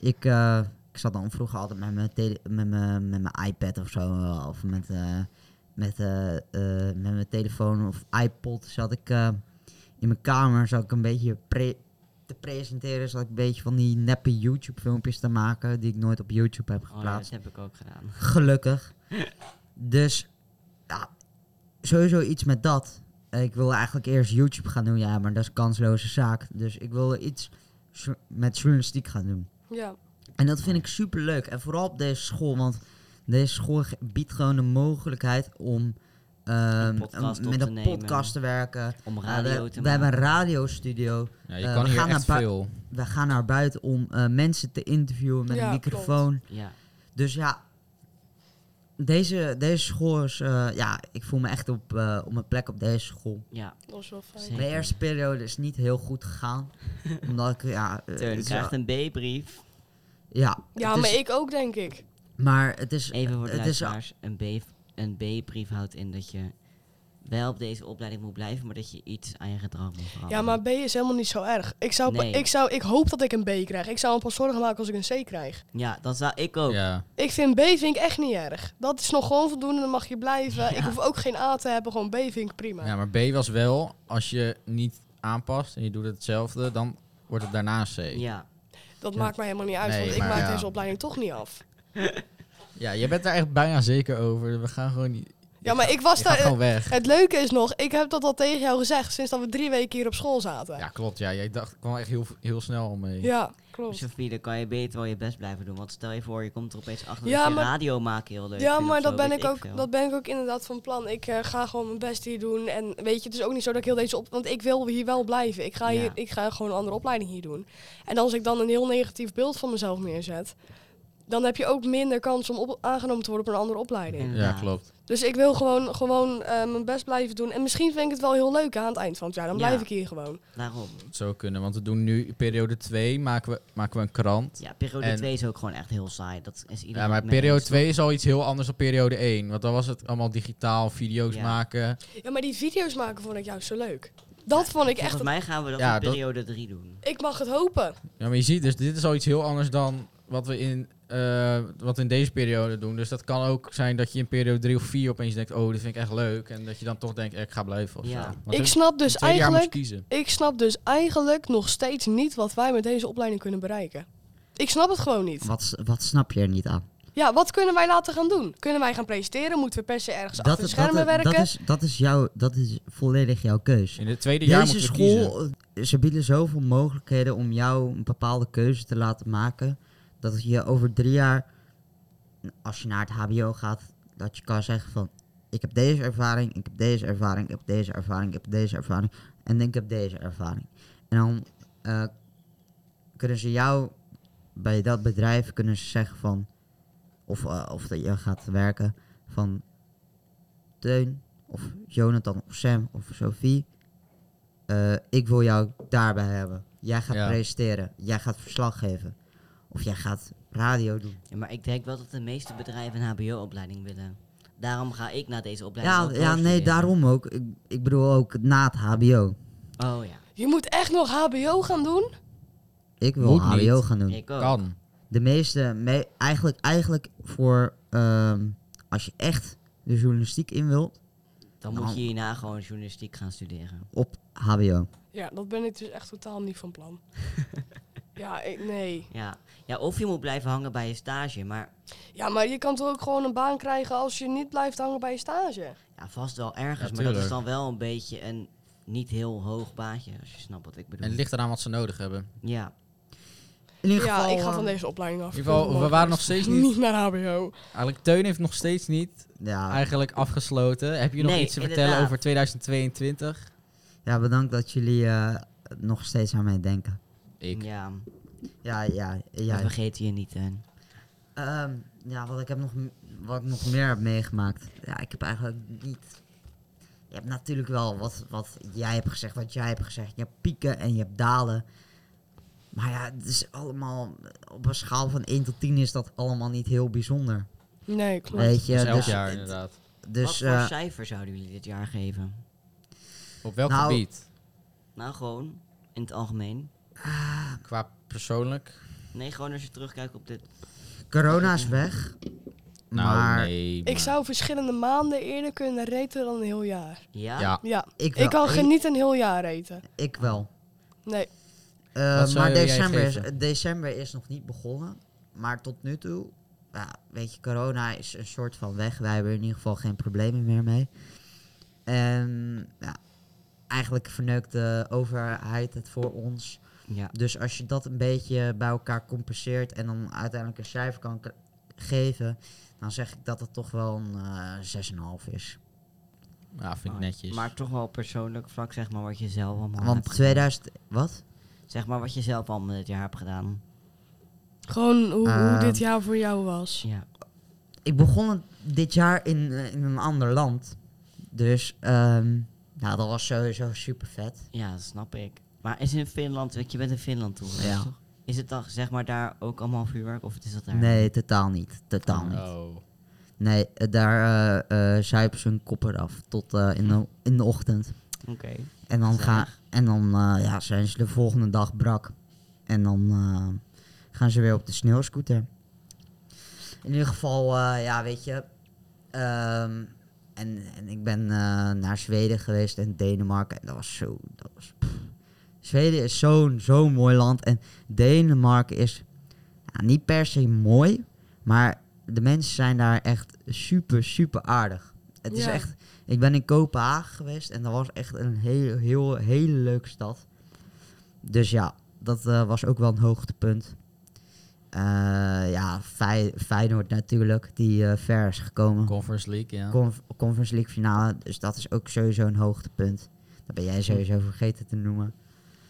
S4: Ik, eh, ik zat dan vroeger altijd met mijn, tele- met mijn, met mijn iPad of zo. eh, Of met, eh, met, eh, eh, met mijn telefoon of iPod. Zat ik eh, in mijn kamer zat ik een beetje pre- te presenteren. Zat ik een beetje van die neppe YouTube-filmpjes te maken. Die ik nooit op YouTube heb
S2: Oh, ja,
S4: geplaatst.
S2: dat heb ik ook gedaan.
S4: Gelukkig. Dus ja, sowieso iets met dat. Eh, Ik wilde eigenlijk eerst YouTube gaan doen, ja, maar dat is een kansloze zaak. Dus ik wilde iets jo- met journalistiek gaan doen.
S3: Ja,
S4: En dat vind ik super leuk. En vooral op deze school, want deze school ge- biedt gewoon de mogelijkheid om ehm,
S2: Een podcast
S4: om
S2: op
S4: met
S2: te
S4: een
S2: nemen.
S4: podcast te werken.
S2: Om
S4: Eh,
S2: radio
S4: we
S2: te
S4: we
S2: maken.
S4: hebben een radiostudio.
S1: Ja, je
S4: Eh,
S1: kan
S4: we
S1: hier
S4: gaan
S1: echt
S4: naar bui-
S1: veel.
S4: We gaan naar buiten om eh, mensen te interviewen met
S3: Ja,
S4: een
S3: klopt.
S4: microfoon.
S2: Ja.
S4: Dus ja, deze, deze school is... eh, ja, ik voel me echt op, eh, op mijn plek op deze school.
S2: Ja.
S3: dat was wel fijn.
S2: Zeker.
S4: Mijn eerste periode is niet heel goed gegaan. omdat ik, ja... eh,
S2: Teun
S4: het is
S2: krijgt
S4: wel-
S2: een B-brief.
S4: Ja,
S3: Ja,
S4: het is-
S3: maar ik ook, denk ik.
S4: maar het is...
S2: Even voor de
S4: het is
S2: luisteraars. Een B- Een B-brief houdt in dat je wel op deze opleiding moet blijven, maar dat je iets aan je gedrag moet veranderen.
S3: Ja, maar B is helemaal niet zo erg. Ik, zou,
S2: Nee.
S3: ik, zou, ik hoop dat ik een B krijg. Ik zou me pas zorgen maken als ik een C krijg.
S2: Ja, dat zou ik
S4: Oh.
S2: ook.
S1: Ja.
S3: Ik vind B vind ik echt niet erg. Dat is nog gewoon voldoende, dan mag je blijven. Ik hoef ook geen A te hebben, gewoon B vind ik prima.
S1: ja, maar B was wel, als je niet aanpast en je doet hetzelfde, dan wordt het daarna C. Ja,
S2: Ja.
S3: Dat maakt mij helemaal niet uit,
S1: Nee,
S3: want ik
S1: maar
S3: maak
S1: ja.
S3: deze opleiding toch niet af.
S1: je bent daar echt bijna zeker over. We gaan gewoon niet...
S3: Ja, maar ik was
S1: Je gaat
S3: daar...
S1: gewoon weg.
S3: Het leuke is nog, ik heb dat al tegen jou gezegd sinds dat we drie weken hier op school zaten.
S1: Ja, klopt. Ja, jij dacht, ik kwam echt heel, heel snel om mee.
S3: Ja,
S2: Als
S3: klopt.
S2: je vier, dan kan je beter wel je best blijven doen. Want stel je voor, je komt er opeens achter
S3: Ja,
S2: dat je
S3: maar-
S2: radio maken heel leuk
S3: Ja,
S2: vindt
S3: maar
S2: of zo,
S3: dat ben,
S2: weet
S3: ik ook,
S2: veel.
S3: dat ben ik ook inderdaad van plan. Ik eh, ga gewoon mijn best hier doen. En weet je, het is ook niet zo dat ik heel deze op... Want ik wil hier wel blijven. Ik ga,
S2: Ja.
S3: hier, ik ga gewoon een andere opleiding hier doen. En als ik dan een heel negatief beeld van mezelf neerzet... dan heb je ook minder kans om op, aangenomen te worden op een andere opleiding.
S1: Ja,
S2: Inderdaad.
S1: klopt.
S3: Dus ik wil gewoon, gewoon eh, mijn best blijven doen. En misschien vind ik het wel heel leuk hè, aan het eind van het jaar. Dan
S2: Ja.
S3: blijf ik hier gewoon.
S2: Daarom.
S1: Het zou kunnen, want we doen nu periode 2, maken we, maken we een krant.
S2: Ja, periode
S1: En-
S2: 2 is ook gewoon echt heel saai. Dat is iedereen
S1: Ja, maar
S2: mee eens,
S1: periode
S2: toch?
S1: 2 is al iets heel anders dan periode 1. Want dan was het allemaal digitaal, video's
S2: Ja.
S1: maken.
S3: Ja, maar die video's maken vond ik juist zo leuk. Dat vond ik echt...
S2: Dus Volgens mij gaan we dat
S1: Ja,
S2: in
S1: dat-
S2: periode 3 doen.
S3: Ik mag het hopen.
S1: Ja, maar je ziet, dus dit is al iets heel anders dan wat we in, eh, wat in deze periode doen. Dus dat kan ook zijn dat je in periode 3 of 4 opeens denkt, oh, dit vind ik echt leuk. En dat je dan toch denkt, eh, ik ga blijven of
S2: Ja.
S1: zo. Want
S3: ik
S1: het-
S3: snap dus
S1: het tweede jaar moet je
S3: eigenlijk...
S1: kiezen.
S3: Ik snap dus eigenlijk nog steeds niet wat wij met deze opleiding kunnen bereiken. Ik snap het gewoon niet.
S4: Wat, s- wat snap je er niet aan?
S3: Ja, wat kunnen wij laten gaan doen? Kunnen wij gaan presenteren? Moeten we per se ergens achter de schermen
S4: dat,
S3: werken?
S4: dat, is, dat, is jouw, dat is volledig jouw keus.
S1: In het tweede jaar
S4: Deze
S1: moet je kiezen.
S4: school, eh, ze bieden zoveel mogelijkheden om jou een bepaalde keuze te laten maken. Dat je over drie jaar, als je naar het HBO gaat, dat je kan zeggen van... Ik heb deze ervaring, ik heb deze ervaring, ik heb deze ervaring, ik heb deze ervaring. En ik heb deze ervaring. En dan eh, kunnen ze jou bij dat bedrijf kunnen ze zeggen van... Of, eh, of dat je gaat werken van... Teun, of Jonathan, of Sam, of Sophie... Eh, ik wil jou daarbij hebben. Jij gaat
S1: Ja.
S4: presenteren. Jij gaat verslag geven. Of jij gaat radio doen.
S2: Ja, maar ik denk wel dat de meeste bedrijven een HBO-opleiding willen. Daarom ga ik naar deze opleiding.
S4: Ja,
S2: ook
S4: ja nee,
S2: doorstuderen.
S4: daarom ook. Ik, ik bedoel ook na het HBO.
S2: Oh ja,
S3: Je moet echt nog HBO gaan doen?
S4: Ik wil
S1: Moet
S4: HBO
S1: niet.
S4: gaan doen.
S2: ik ook.
S1: Kan.
S4: De meeste, me- eigenlijk, eigenlijk voor ehm, als je echt de journalistiek in wilt,
S2: Dan
S4: Nou.
S2: moet je hierna gewoon journalistiek gaan studeren.
S4: op HBO.
S3: Ja, dat ben ik dus echt totaal niet van plan. ja, ik, nee.
S2: Ja. ja, of je moet blijven hangen bij je stage. Maar
S3: Ja, maar je kan toch ook gewoon een baan krijgen als je niet blijft hangen bij je stage?
S2: ja, vast wel ergens.
S1: Ja,
S2: maar dat is
S1: tuurlijk.
S2: dan wel een beetje een niet heel hoog baantje, als je snapt wat ik bedoel.
S1: En het ligt eraan wat ze nodig hebben.
S2: Ja,
S4: In ieder
S3: Ja,
S4: geval,
S3: ik ga van
S4: ehm,
S3: deze opleiding
S1: eh,
S3: af.
S1: In ieder geval, we waren nog steeds niet...
S3: Niet naar HBO.
S1: Eigenlijk, Teun heeft nog steeds niet
S4: ja,
S1: eigenlijk afgesloten. Heb je nog
S2: Nee,
S1: iets te vertellen
S2: inderdaad.
S1: over 2022?
S4: ja, bedankt dat jullie eh, nog steeds aan mij denken.
S1: Ik.
S2: ja.
S4: Ja, ja,
S2: dat
S4: ja.
S2: vergeet je niet. Hè.
S4: Ehm, ja, wat ik, heb nog, m- wat ik nog meer heb meegemaakt. Ja, ik heb eigenlijk niet... Je hebt natuurlijk wel wat, wat jij hebt gezegd, wat jij hebt gezegd. Je hebt pieken en je hebt dalen. Maar ja, het is allemaal... Op een schaal van 1 tot 10 is dat allemaal niet heel bijzonder.
S3: Nee, klopt.
S4: Weet je,
S1: Dus
S4: dus...
S1: elk jaar inderdaad.
S2: wat
S4: Dus,
S2: voor
S4: eh,
S2: cijfer zouden jullie dit jaar geven?
S1: Op welk
S4: Nou-
S1: gebied?
S2: Nou, gewoon in het algemeen.
S1: Qua persoonlijk?
S2: Nee, gewoon als je terugkijkt op dit.
S4: corona is weg.
S1: Nou,
S4: maar
S1: nee.
S3: Ik
S1: maar-
S3: zou verschillende maanden eerder kunnen reten dan een heel jaar.
S2: Ja?
S1: Ja,
S3: Ja,
S4: ik, wel,
S3: ik kan
S4: ik,
S3: genieten een heel jaar eten.
S4: ik wel.
S3: Nee,
S4: Eh,
S1: Wat zou
S4: maar
S1: jij
S4: december is,
S1: geven?
S4: december is nog niet begonnen. Maar tot nu toe, ja, weet je, corona is een soort van weg. Wij hebben er in ieder geval geen problemen meer mee. En ja, eigenlijk verneukt de overheid het voor ons.
S2: ja.
S4: Dus als je dat een beetje bij elkaar compenseert en dan uiteindelijk een cijfer kan k- geven, dan zeg ik dat het toch wel een eh 6,5 is.
S1: ja, vind ik
S2: Maar-
S1: netjes.
S2: Maar toch wel op persoonlijk vlak, zeg maar, wat je zelf allemaal
S4: Want
S2: hebt
S4: 2000, wat?
S2: gedaan. Zeg maar wat je zelf allemaal dit jaar hebt gedaan.
S3: gewoon hoe, hoe
S4: Ehm.
S3: dit jaar voor jou was.
S2: Ja.
S4: ik begon het dit jaar in, eh, in een ander land. Dus ehm, nou, dat was sowieso super vet.
S2: ja, dat snap ik. Maar is in Finland, want je bent in Finland toen geweest,
S4: Ja.
S2: toch? Is het dan, zeg maar, daar ook allemaal vuurwerk of is dat daar?
S4: Nee, totaal niet. Totaal niet.
S1: Oh.
S4: Nee, eh, daar eh eh zuipen ze hun kop eraf tot eh, in, de, in de ochtend.
S2: Oké.
S4: En dan, ga,
S2: Gezellig.
S4: en dan eh, ja, zijn ze de volgende dag brak. En dan eh, gaan ze weer op de sneeuwscooter. In ieder geval, eh, ja, weet je. ehm, en, en ik ben eh, naar Zweden geweest en Denemarken. En dat was zo. Dat was, pff. Zweden is zo'n zo'n mooi land. En Denemarken is ja, niet per se mooi. Maar de mensen zijn daar echt super, super aardig. Het is
S3: Ja.
S4: echt. Ik ben in Kopenhagen geweest en dat was echt een heel, heel, hele leuke stad. Dus ja, dat eh, was ook wel een hoogtepunt. Eh, ja, Fey- Feyenoord natuurlijk, die eh, ver is gekomen.
S1: Conference League, ja.
S4: Conf- Conference League finale, dus dat is ook sowieso een hoogtepunt. Dat ben jij sowieso vergeten te noemen.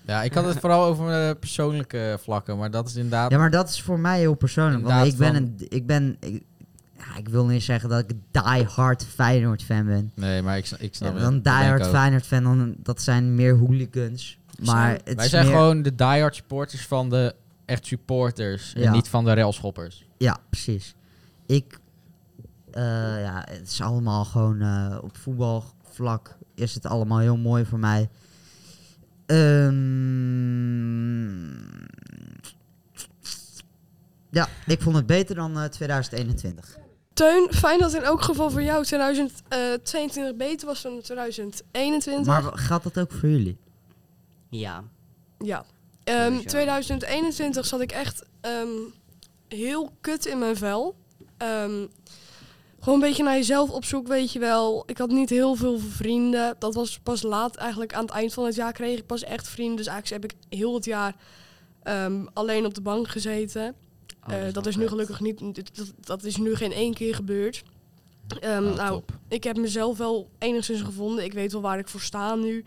S1: Ja, ik had het vooral over eh, persoonlijke vlakken, maar dat is inderdaad...
S4: Ja, maar dat is voor mij heel persoonlijk. Want
S1: Inderdaad,
S4: ik ben
S1: van-
S4: een... Ik, ben, ik, ja, ik wil niet zeggen dat ik een die-hard Feyenoord-fan ben.
S1: Nee, maar ik, sna- ik snap
S4: Ja,
S1: het.
S4: dan
S1: Dat ben ik
S4: die-hard
S1: ook.
S4: Feyenoord-fan, dan- dat zijn meer hooligans. Maar
S3: Snap.
S4: het
S1: Wij
S4: is
S1: zijn
S4: meer-
S1: gewoon de diehard supporters van de echt supporters.
S4: Ja.
S1: En niet van de railschoppers.
S4: Ja, precies. Ik, eh, ja, het is allemaal gewoon eh, op voetbalvlak is het allemaal heel mooi voor mij. Ehm, ja, ik vond het beter dan eh, 2021.
S3: Teun, fijn dat in elk geval voor jou 2022 beter was dan 2021.
S4: Maar gaat dat ook voor jullie?
S2: Ja.
S3: Ja. Ehm,
S2: Sowieso.
S3: 2021 zat ik echt ehm, heel kut in mijn vel. Ehm, gewoon een beetje naar jezelf op zoek, weet je wel. Ik had niet heel veel vrienden. Dat was pas laat eigenlijk. Aan het eind van het jaar kreeg ik pas echt vrienden. Dus eigenlijk heb ik heel het jaar ehm, alleen op de bank gezeten.
S2: Oh,
S3: Eh, dat
S2: wel
S3: is nu
S2: kut.
S3: gelukkig niet... Dat, dat is nu geen één keer gebeurd. Ehm,
S1: Nou,
S3: nou,
S1: top.
S3: ik heb mezelf wel enigszins gevonden. Ik weet wel waar ik voor sta nu.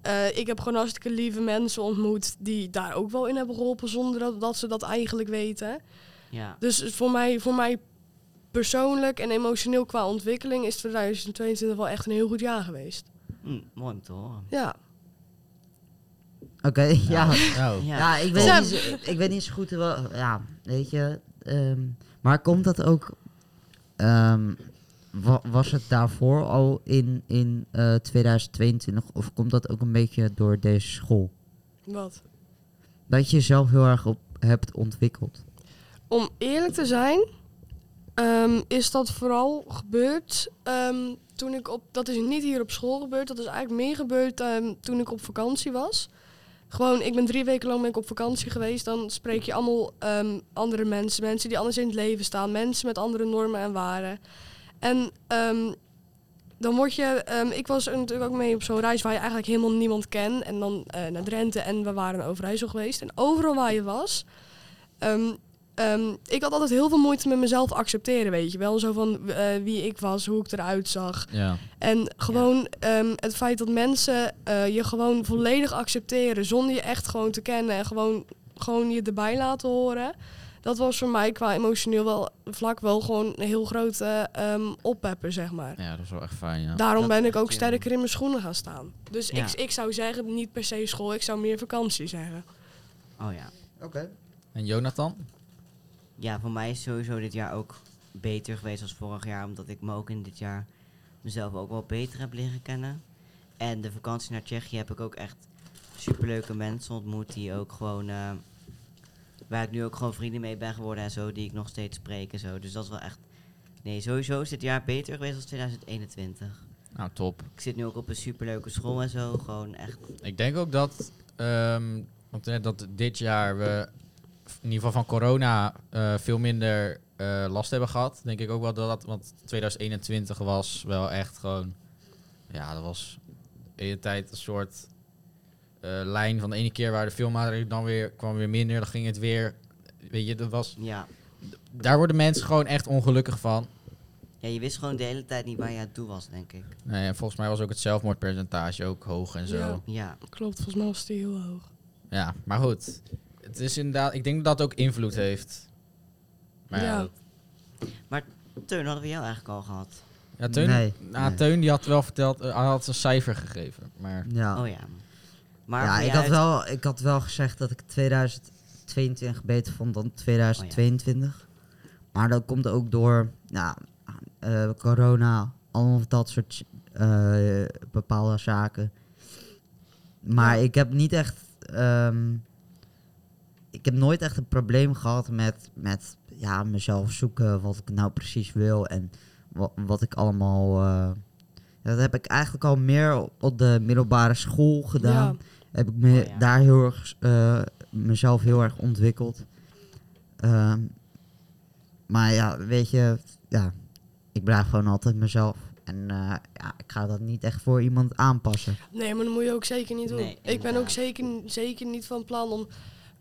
S3: Eh, ik heb gewoon hartstikke lieve mensen ontmoet die daar ook wel in hebben geholpen zonder dat, dat ze dat eigenlijk weten.
S2: Ja.
S3: Dus voor mij, voor mij persoonlijk en emotioneel qua ontwikkeling is 2022 wel echt een heel goed jaar geweest.
S2: Hm, mooi om te horen.
S3: Ja,
S4: Oké, ja.
S1: Nou,
S2: Ja.
S4: Ja, ik weet,
S3: Sam.
S4: niet, zo- ik weet niet zo goed wel. Ja, weet je. ehm, maar komt dat ook. ehm, wa- was het daarvoor al in, in eh, 2022? Of komt dat ook een beetje door deze school?
S3: wat?
S4: Dat je jezelf heel erg op hebt ontwikkeld.
S3: Om eerlijk te zijn, ehm, is dat vooral gebeurd ehm, toen ik op. Dat is niet hier op school gebeurd. Dat is eigenlijk meer gebeurd ehm, toen ik op vakantie was. Gewoon, ik ben drie weken lang ben ik op vakantie geweest. Dan spreek je allemaal ehm, andere mensen. Mensen die anders in het leven staan. Mensen met andere normen en waarden. En ehm, dan word je... ehm, ik was er natuurlijk ook mee op zo'n reis waar je eigenlijk helemaal niemand kent. En dan eh, naar Drenthe en we waren naar Overijssel geweest. En overal waar je was... ehm, ehm, ik had altijd heel veel moeite met mezelf accepteren, weet je wel. Zo van eh, wie ik was, hoe ik eruit zag.
S1: ja.
S3: En gewoon ehm, het feit dat mensen eh, je gewoon volledig accepteren zonder je echt gewoon te kennen en gewoon, gewoon je erbij laten horen. Dat was voor mij qua emotioneel wel, vlak wel gewoon een heel grote ehm oppepper, zeg maar.
S1: ja, dat is wel echt fijn, ja.
S3: Daarom
S2: dat
S3: ben
S2: is
S3: ik ook
S2: chill.
S3: sterker in mijn schoenen gaan staan. Dus
S2: Ja.
S3: ik, ik zou zeggen, niet per se school, ik zou meer vakantie zeggen.
S2: Oh ja.
S4: Oké.
S1: En Jonathan?
S2: Ja, voor mij is sowieso dit jaar ook beter geweest als vorig jaar. Omdat ik me ook in dit jaar mezelf ook wel beter heb leren kennen. En de vakantie naar Tsjechië heb ik ook echt superleuke mensen ontmoet. Die ook gewoon... eh, waar ik nu ook gewoon vrienden mee ben geworden en zo. Die ik nog steeds spreek en zo. Dus dat is wel echt... Nee, sowieso is dit jaar beter geweest als 2021.
S1: Nou, top.
S2: Ik zit nu ook op een superleuke school en zo. Gewoon echt...
S1: Ik denk ook dat, ehm, want, eh, dat dit jaar we f- in ieder geval van corona eh, veel minder eh, last hebben gehad. Denk ik ook wel dat dat, want 2021 was wel echt gewoon, ja, dat was de hele tijd een soort eh, lijn van de ene keer waar de film dan weer kwam weer minder, dan ging het weer, weet je, dat was,
S2: Ja.
S1: daar worden mensen gewoon echt ongelukkig van.
S2: ja, je wist gewoon de hele tijd niet waar je aan toe was, denk ik.
S1: Nee, en volgens mij was ook het zelfmoordpercentage ook hoog en zo.
S3: Ja.
S2: Ja.
S3: Klopt, volgens mij was het heel hoog.
S1: Ja, maar goed. Het is inderdaad, ik denk dat dat ook invloed heeft. Maar ja,
S3: Ja.
S1: dat-
S2: Teun, hadden we jou eigenlijk al gehad?
S1: ja, Teun,
S4: Nee,
S1: nou,
S4: nee.
S1: Teun die had wel verteld, eh, hij had een cijfer gegeven. Maar
S4: Ja.
S2: Oh ja. Maar
S4: ja,
S2: voor
S4: ik
S2: jou
S4: had, wel, ik had wel gezegd dat ik
S2: Oh,
S4: 2022 beter vond dan 2022. Maar dat komt ook door, nou, eh, corona, al dat soort eh, bepaalde zaken. Maar ik heb niet echt. ehm, ik heb nooit echt een probleem gehad met, met ja, mezelf zoeken wat ik nou precies wil en wat, wat ik allemaal. eh, dat heb ik eigenlijk al meer op, op de middelbare school
S3: Ja.
S4: gedaan heb ik me
S2: Oh ja.
S4: daar heel erg, eh, mezelf heel erg ontwikkeld. Ehm, maar ja, weet je, ja, ik blijf gewoon altijd mezelf. En eh, ja, ik ga dat niet echt voor iemand aanpassen.
S3: Nee, maar dat moet je ook zeker niet doen.
S2: Nee,
S3: ik ben ook
S2: inderdaad.
S3: zeker, zeker niet van plan om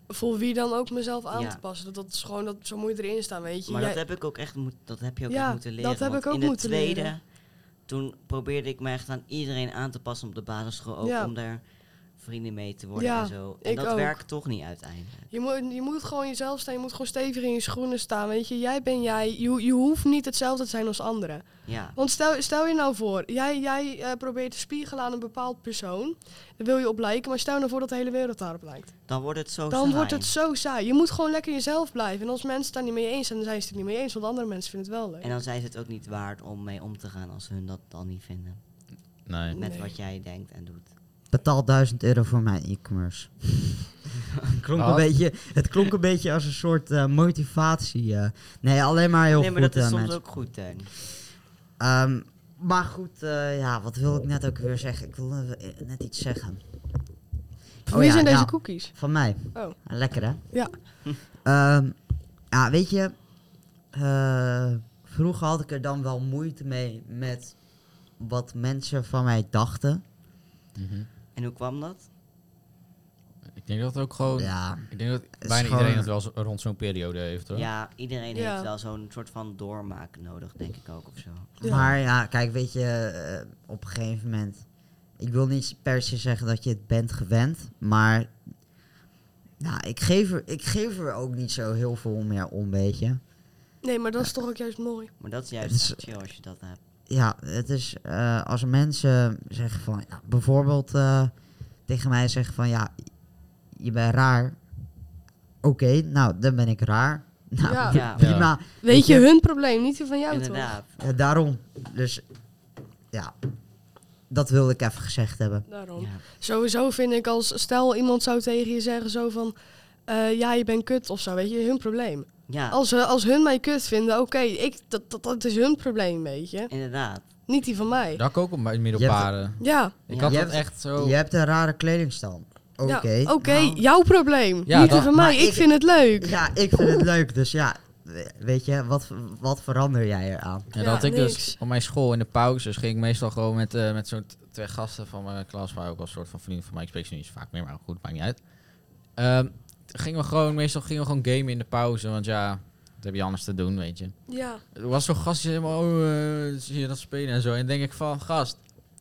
S3: voor wie dan ook mezelf aan
S2: Ja.
S3: te passen. Dat, dat is gewoon, dat, zo moet je erin staan, weet je.
S2: Maar dat
S3: Jij-
S2: heb ik ook echt moet, dat heb je ook
S3: Ja,
S2: echt moeten leren.
S3: dat heb
S2: want
S3: ik ook
S2: in de
S3: moeten
S2: tweede,
S3: leren.
S2: Toen probeerde ik me echt aan iedereen aan te passen op de basisschool. Ook
S3: Ja.
S2: om daar vrienden mee te worden
S3: Ja,
S2: en zo. En
S3: ik
S2: dat
S3: ook.
S2: werkt toch niet uiteindelijk.
S3: je, moet, je moet gewoon jezelf staan, je moet gewoon stevig in je schoenen staan, weet je. Jij ben jij, je, ho- je hoeft niet hetzelfde te zijn als anderen.
S2: Ja,
S3: Want stel, stel je nou voor, jij, jij eh, probeert te spiegelen aan een bepaald persoon. Daar wil je op lijken, maar stel nou voor dat de hele wereld daarop lijkt.
S2: dan wordt het zo
S3: Dan
S2: Oh, saai.
S3: wordt het zo saai. Je moet gewoon lekker jezelf blijven. En als mensen het daar niet mee eens zijn, dan zijn ze het er niet mee eens. Want andere mensen vinden het wel leuk.
S2: En dan zijn ze het ook niet waard om mee om te gaan als hun dat dan niet vinden.
S1: Nee.
S2: Met
S3: Nee.
S2: wat jij denkt en doet.
S4: Betaal 1000 euro voor mijn e-commerce. Het klonk, een
S1: Wat?
S4: beetje, het klonk een beetje als een soort eh, motivatie. eh. nee, alleen maar heel
S2: nee, maar
S4: goed,
S2: dat is
S4: eh,
S2: soms
S4: mensen.
S2: ook goed, Teun.
S4: Ehm, maar goed, eh, ja, wat wil ik net ook weer zeggen? Ik wilde eh, net iets zeggen.
S3: Van
S4: Oh
S3: wie
S4: ja,
S3: zijn deze
S2: nou.
S4: ja.
S3: cookies?
S4: Van mij.
S3: Oh.
S4: Lekker, hè?
S3: Ja.
S4: Ehm, ja, weet je... eh, vroeger had ik er dan wel moeite mee met wat mensen van mij dachten.
S1: Mhm.
S2: En hoe kwam dat?
S1: Ik denk dat het ook gewoon...
S4: Ja,
S1: Ik denk dat
S4: is
S1: bijna
S4: gewoon-
S1: iedereen het wel zo- rond zo'n periode heeft, hoor.
S2: Ja, iedereen
S3: Ja.
S2: heeft wel zo'n soort van doormaak nodig, denk ik ook of zo.
S3: Ja.
S4: maar ja, kijk, weet je... eh, op een gegeven moment... Ik wil niet per se zeggen dat je het bent gewend, maar... Nou, ik geef, er, ik geef er ook niet zo heel veel meer om, weet je.
S3: Nee, maar dat is toch ook juist mooi.
S2: Maar dat is
S4: Het
S2: juist
S4: is-
S2: echt chill als je dat hebt.
S4: ja, het is eh, als mensen zeggen van, ja, bijvoorbeeld eh, tegen mij zeggen van, ja, je bent raar. Oké, nou, dan ben ik raar. Nou,
S3: Ja.
S2: Ja.
S4: prima.
S3: Weet je
S4: je-
S3: hun probleem, niet die van jou
S2: Inderdaad.
S4: Eh, daarom, dus ja, dat wilde ik even gezegd hebben.
S3: toch? Daarom.
S2: Ja.
S3: Sowieso vind ik als, stel iemand zou tegen je zeggen zo van, eh, ja je bent kut of zo, weet je, hun probleem.
S2: Ja,
S3: Als, eh, als hun mij kut vinden, oké, ik dat, dat, dat is hun probleem, weet je.
S2: inderdaad.
S3: Niet die van mij.
S1: Dat ik ook op mijn middelbare.
S3: Ja,
S1: Ik
S2: Ja.
S1: had
S4: Je
S1: dat
S4: hebt-
S1: echt zo...
S4: Je hebt een rare kledingstijl. Oké.
S3: Oh. ja, oké,
S2: nou.
S3: jouw probleem.
S1: Ja,
S3: niet die
S1: dat-
S3: van mij,
S4: maar
S3: ik,
S4: ik-
S3: vind het leuk.
S4: Ja, ik vind het leuk, dus ja, we- weet je, wat, wat verander jij eraan?
S1: Ja,
S3: Ja,
S1: dat had ik
S3: niks.
S1: dus op mijn school in de pauzes ging ik meestal gewoon met, eh, met zo'n t- twee gasten van mijn klas, maar ook wel een soort van vrienden van mij. Ik spreek ze niet zo vaak meer, maar goed, maakt niet uit. Ehm, t- gingen we gewoon, meestal gingen we gewoon gamen in de pauze, want ja, wat heb je anders te doen, weet je.
S3: Ja,
S1: Er was zo'n gast die zei helemaal, oh, eh, zie je dat spelen en zo. En dan denk ik van, gast,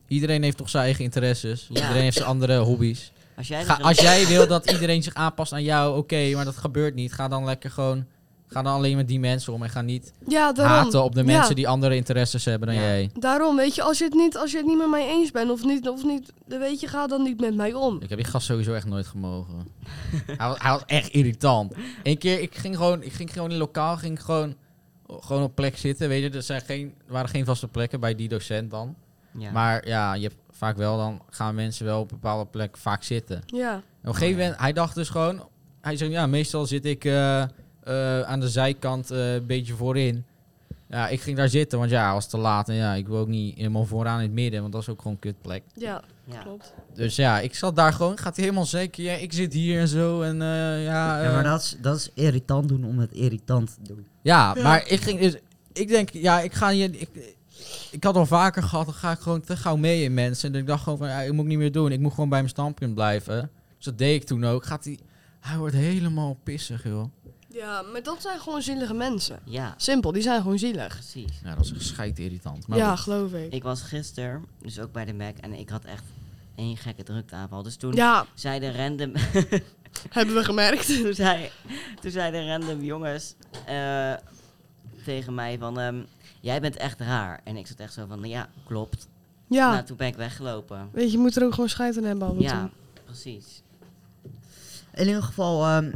S1: iedereen heeft toch zijn eigen interesses,
S2: Ja.
S1: iedereen heeft zijn andere hobby's.
S2: Als jij,
S1: Ga,
S2: dus
S1: als
S2: een-
S1: jij wil dat iedereen zich aanpast aan jou, oké, maar dat gebeurt niet. Ga dan lekker gewoon, ga dan alleen met die mensen om en ga niet
S3: ja daarom.
S1: haten op de
S3: Ja.
S1: mensen die andere interesses hebben dan
S2: Ja.
S1: jij.
S3: Daarom, weet je, als je het niet, als je het niet met mij eens bent of niet, of niet, dan weet je, ga dan niet met mij om.
S1: Ik heb die gast sowieso echt nooit gemogen. hij, was, hij was echt irritant. Eén keer, ik ging gewoon, ik ging gewoon in lokaal, ging ik gewoon, gewoon op plek zitten. Weet je, er zijn geen, waren geen vaste plekken bij die docent dan.
S2: Ja.
S1: Maar ja, je hebt vaak wel, dan gaan mensen wel op een bepaalde plek vaak zitten. En
S3: Ja,
S1: op een
S2: Oh,
S1: gegeven moment, hij dacht dus gewoon, hij zei, ja, meestal zit ik eh, eh, aan de zijkant eh, een beetje voorin. Ja, ik ging daar zitten, want ja, het was te laat. En ja, ik wil ook niet helemaal vooraan in het midden, want dat is ook gewoon een kutplek.
S3: ja,
S2: ja.
S3: klopt.
S1: Dus ja, ik zat daar gewoon. Gaat hij helemaal zeker? Ja, ik zit hier en zo. En eh, ja,
S4: Ja, maar nou-
S1: eh,
S4: dat is, dat is irritant doen om het irritant te doen.
S1: ja, maar ik ging dus. Ik denk, ja, ik ga je. Ik, ik had al vaker gehad, dan ga ik gewoon te gauw mee in mensen. En ik dacht gewoon van, ja, ik moet ik niet meer doen. Ik moet gewoon bij mijn standpunt blijven. Dus dat deed ik toen ook. Gaat hij. Hij wordt helemaal pissig, joh.
S3: Ja, maar dat zijn gewoon zielige mensen.
S2: ja,
S3: Simpel, die zijn gewoon zielig.
S2: precies.
S1: Ja, dat is gescheit irritant. Maar
S3: ja,
S1: goed.
S3: geloof ik.
S2: Ik was gisteren, dus ook bij de Mac, en ik had echt één gekke drukteaanval. Dus toen
S3: Ja,
S2: zei de random,
S3: hebben we gemerkt.
S2: toen zei, toen zei de random jongens eh, tegen mij van, ehm, jij bent echt raar. En ik zat echt zo van, ja, klopt.
S3: Ja,
S2: Nou, toen ben ik weggelopen.
S3: weet je, je moet er ook gewoon scheid aan hebben af en
S2: Ja,
S3: toe.
S2: precies.
S4: In ieder geval, ehm,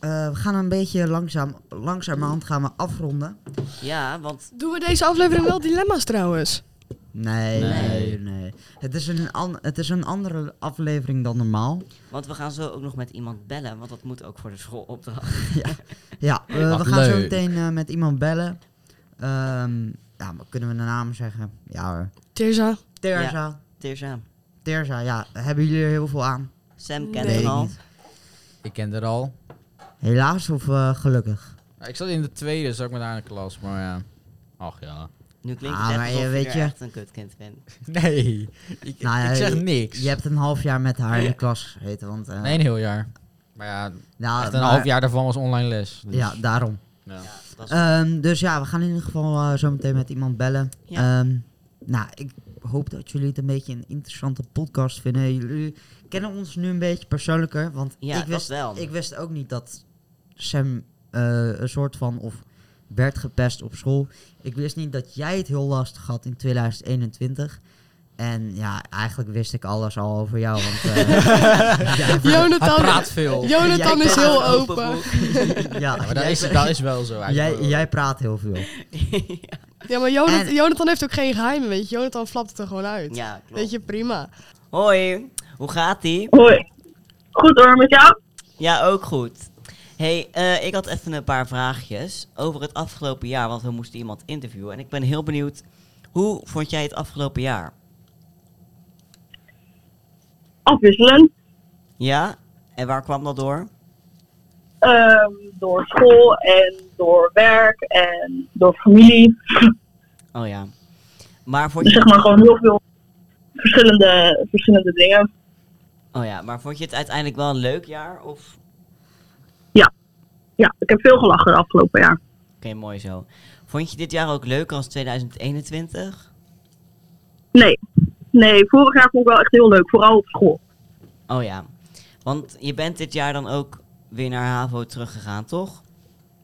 S4: Eh, we gaan een beetje langzaam, langzamerhand gaan we afronden.
S2: Ja, want
S3: Doen we deze aflevering wel dilemma's trouwens?
S4: Nee, nee,
S1: Nee.
S4: nee. Het, is een an- het is een andere aflevering dan normaal.
S2: Want we gaan zo ook nog met iemand bellen, want dat moet ook voor de schoolopdracht.
S4: Ja, eh, we
S1: Wat
S4: gaan zo
S1: leuk.
S4: meteen eh, met iemand bellen. Ehm, ja, maar kunnen we de naam zeggen? Ja hoor.
S3: Tirza?
S4: Terza.
S2: Tirza.
S4: Terza, ja. Hebben jullie er heel veel aan?
S2: Sam
S3: Nee.
S2: kent
S4: Weet
S2: hem
S4: ik
S2: al.
S4: niet.
S1: Ik kende er al.
S4: Helaas of eh, gelukkig?
S1: Nou, ik zat in de tweede, zat ik met haar in de klas, maar ja. Ach ja.
S2: Nu klinkt
S4: Ah,
S2: het
S4: maar
S2: echt
S4: je
S2: alsof je,
S4: weet
S2: er
S4: je-
S2: echt een kutkind bent.
S1: Nee, ik,
S4: Nou ja,
S1: ik zeg
S4: je-
S1: niks.
S4: Je hebt een half jaar met haar in de klas gezeten. Want, eh,
S1: Nee, een heel jaar. Maar ja,
S4: nou,
S1: echt een
S4: maar-
S1: half jaar daarvan was online les. dus-
S4: Ja, daarom.
S1: ja.
S2: Ja, dat is-
S4: Ehm, dus ja, we gaan in ieder geval eh, zo meteen met iemand bellen.
S2: Ja.
S4: Ehm, nou, ik hoop dat jullie het een beetje een interessante podcast vinden. Jullie kennen ons nu een beetje persoonlijker. Want
S2: Ja,
S4: ik,
S2: dat
S4: wist,
S2: wel.
S4: ik wist ook niet dat Sam eh, een soort van of werd gepest op school. Ik wist niet dat jij het heel lastig had in 2021. En ja, eigenlijk wist ik alles al over jou. Want, eh,
S1: Hij
S3: Jonathan,
S1: praat veel. Ja,
S3: Jonathan
S4: Jij
S3: is
S4: bent
S3: heel
S2: een open
S3: open.
S4: ja,
S1: maar dat,
S4: jij,
S1: is, dat is wel zo eigenlijk.
S4: jij, jij praat heel veel.
S3: Ja, maar Jonathan,
S4: En-
S3: Jonathan heeft ook geen geheimen, weet je. Jonathan flapt het er gewoon uit.
S2: ja, klopt.
S3: Weet je, prima.
S2: Hoi, hoe gaat ie?
S6: Hoi. Goed hoor, met jou?
S2: Ja, ook goed. hey, eh, ik had even een paar vraagjes over het afgelopen jaar, want we moesten iemand interviewen. En ik ben heel benieuwd, hoe vond jij het afgelopen jaar?
S6: Afwisselen.
S2: Ja? En waar kwam dat door?
S6: Ehm, door school en door werk en door familie.
S2: Oh ja. Maar vond
S6: Dus
S2: je,
S6: zeg maar gewoon heel veel verschillende, verschillende dingen.
S2: oh ja, maar vond je het uiteindelijk wel een leuk jaar? Of
S6: Ja, ik heb veel gelachen de afgelopen jaar.
S2: Oké, mooi zo. Vond je dit jaar ook leuker als 2021?
S6: Nee. Nee, vorig jaar vond ik wel echt heel leuk. Vooral op school.
S2: Oh ja. Want je bent dit jaar dan ook weer naar HAVO teruggegaan, toch?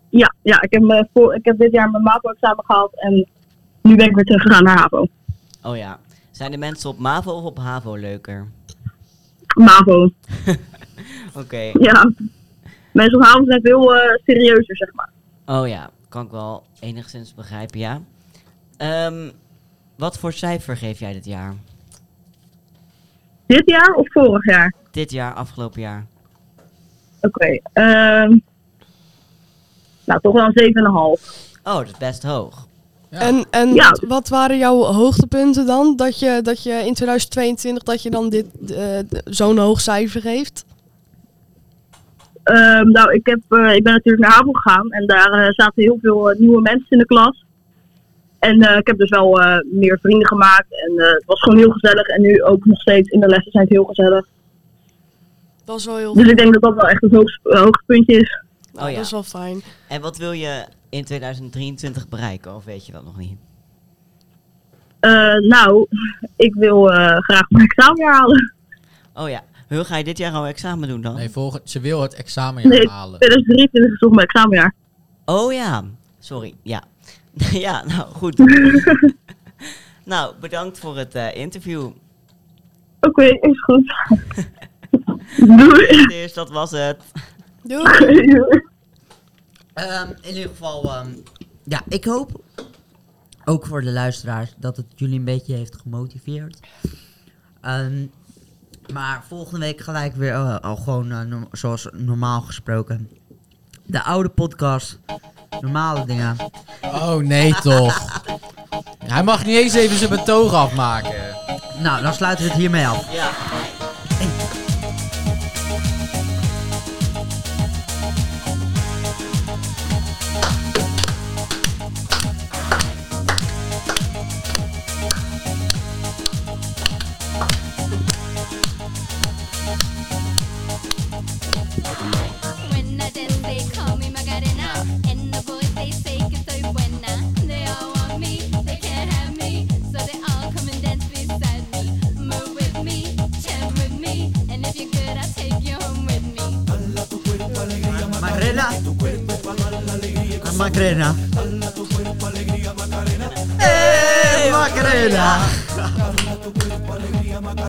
S6: Ja, ja ik, heb me voor, ik heb dit jaar mijn MAPO-examen gehaald en nu ben ik weer teruggegaan naar HAVO.
S2: Oh ja. Zijn de mensen op MAVO of op HAVO leuker?
S6: MAVO,
S2: Oké.
S6: ja. Mensen op HAVO zijn veel eh, serieuzer, zeg maar.
S2: Oh ja, kan ik wel enigszins begrijpen, ja. Ehm, wat voor cijfer geef jij dit jaar?
S6: Dit jaar of vorig jaar?
S2: Dit jaar, afgelopen jaar?
S6: Oké. ehm nou, toch wel een 7,5.
S2: Oh, dat is best hoog.
S1: Ja.
S3: En, en
S6: Ja.
S3: wat- wat waren jouw hoogtepunten dan? Dat je, dat je in 2022 dat je dan dit eh, zo'n hoog cijfer geeft?
S6: Ehm, nou, ik, heb, eh, ik ben natuurlijk naar HAVO gegaan en daar eh, zaten heel veel eh, nieuwe mensen in de klas. En eh, ik heb dus wel eh, meer vrienden gemaakt en eh, het was gewoon heel gezellig. En nu ook nog steeds in de lessen zijn het heel gezellig.
S3: Dat is wel heel
S6: Dus ik denk dat dat wel echt het hoogst, eh, hoogtepuntje is.
S3: nou,
S2: Oh ja.
S3: Dat is wel fijn.
S2: En wat wil je in 2023 bereiken, of weet je dat nog niet?
S6: Eh, nou, ik wil eh, graag mijn examenjaar halen.
S2: Oh ja. Hoe ga je dit jaar al examen doen dan?
S1: Nee, volgend, ze wil het examenjaar
S6: Nee.
S1: halen.
S6: 2023 is toch mijn examenjaar.
S2: Oh ja, sorry. Ja, ja nou goed. nou, bedankt voor het eh, interview.
S6: Oké, is goed. Doei.
S2: Dus dat was het.
S3: Doei.
S4: Ehm, in ieder geval, ehm, ja, ik hoop ook voor de luisteraars dat het jullie een beetje heeft gemotiveerd. Ehm, maar volgende week gelijk weer eh, al gewoon eh, no- zoals normaal gesproken. De oude podcast, normale dingen.
S1: Oh nee toch. Hij mag niet eens even zijn betoog afmaken.
S4: Nou, dan sluiten we het hiermee af.
S2: Ja.
S7: When I dance, they call me Macarena. And the boys, they say que soy buena. They all want me, they can't have me. So they all come and dance beside me. Move with me, chant with me. And if you're good, I'll take you home with me.
S4: Macarena. Macarena. Hey, Macarena.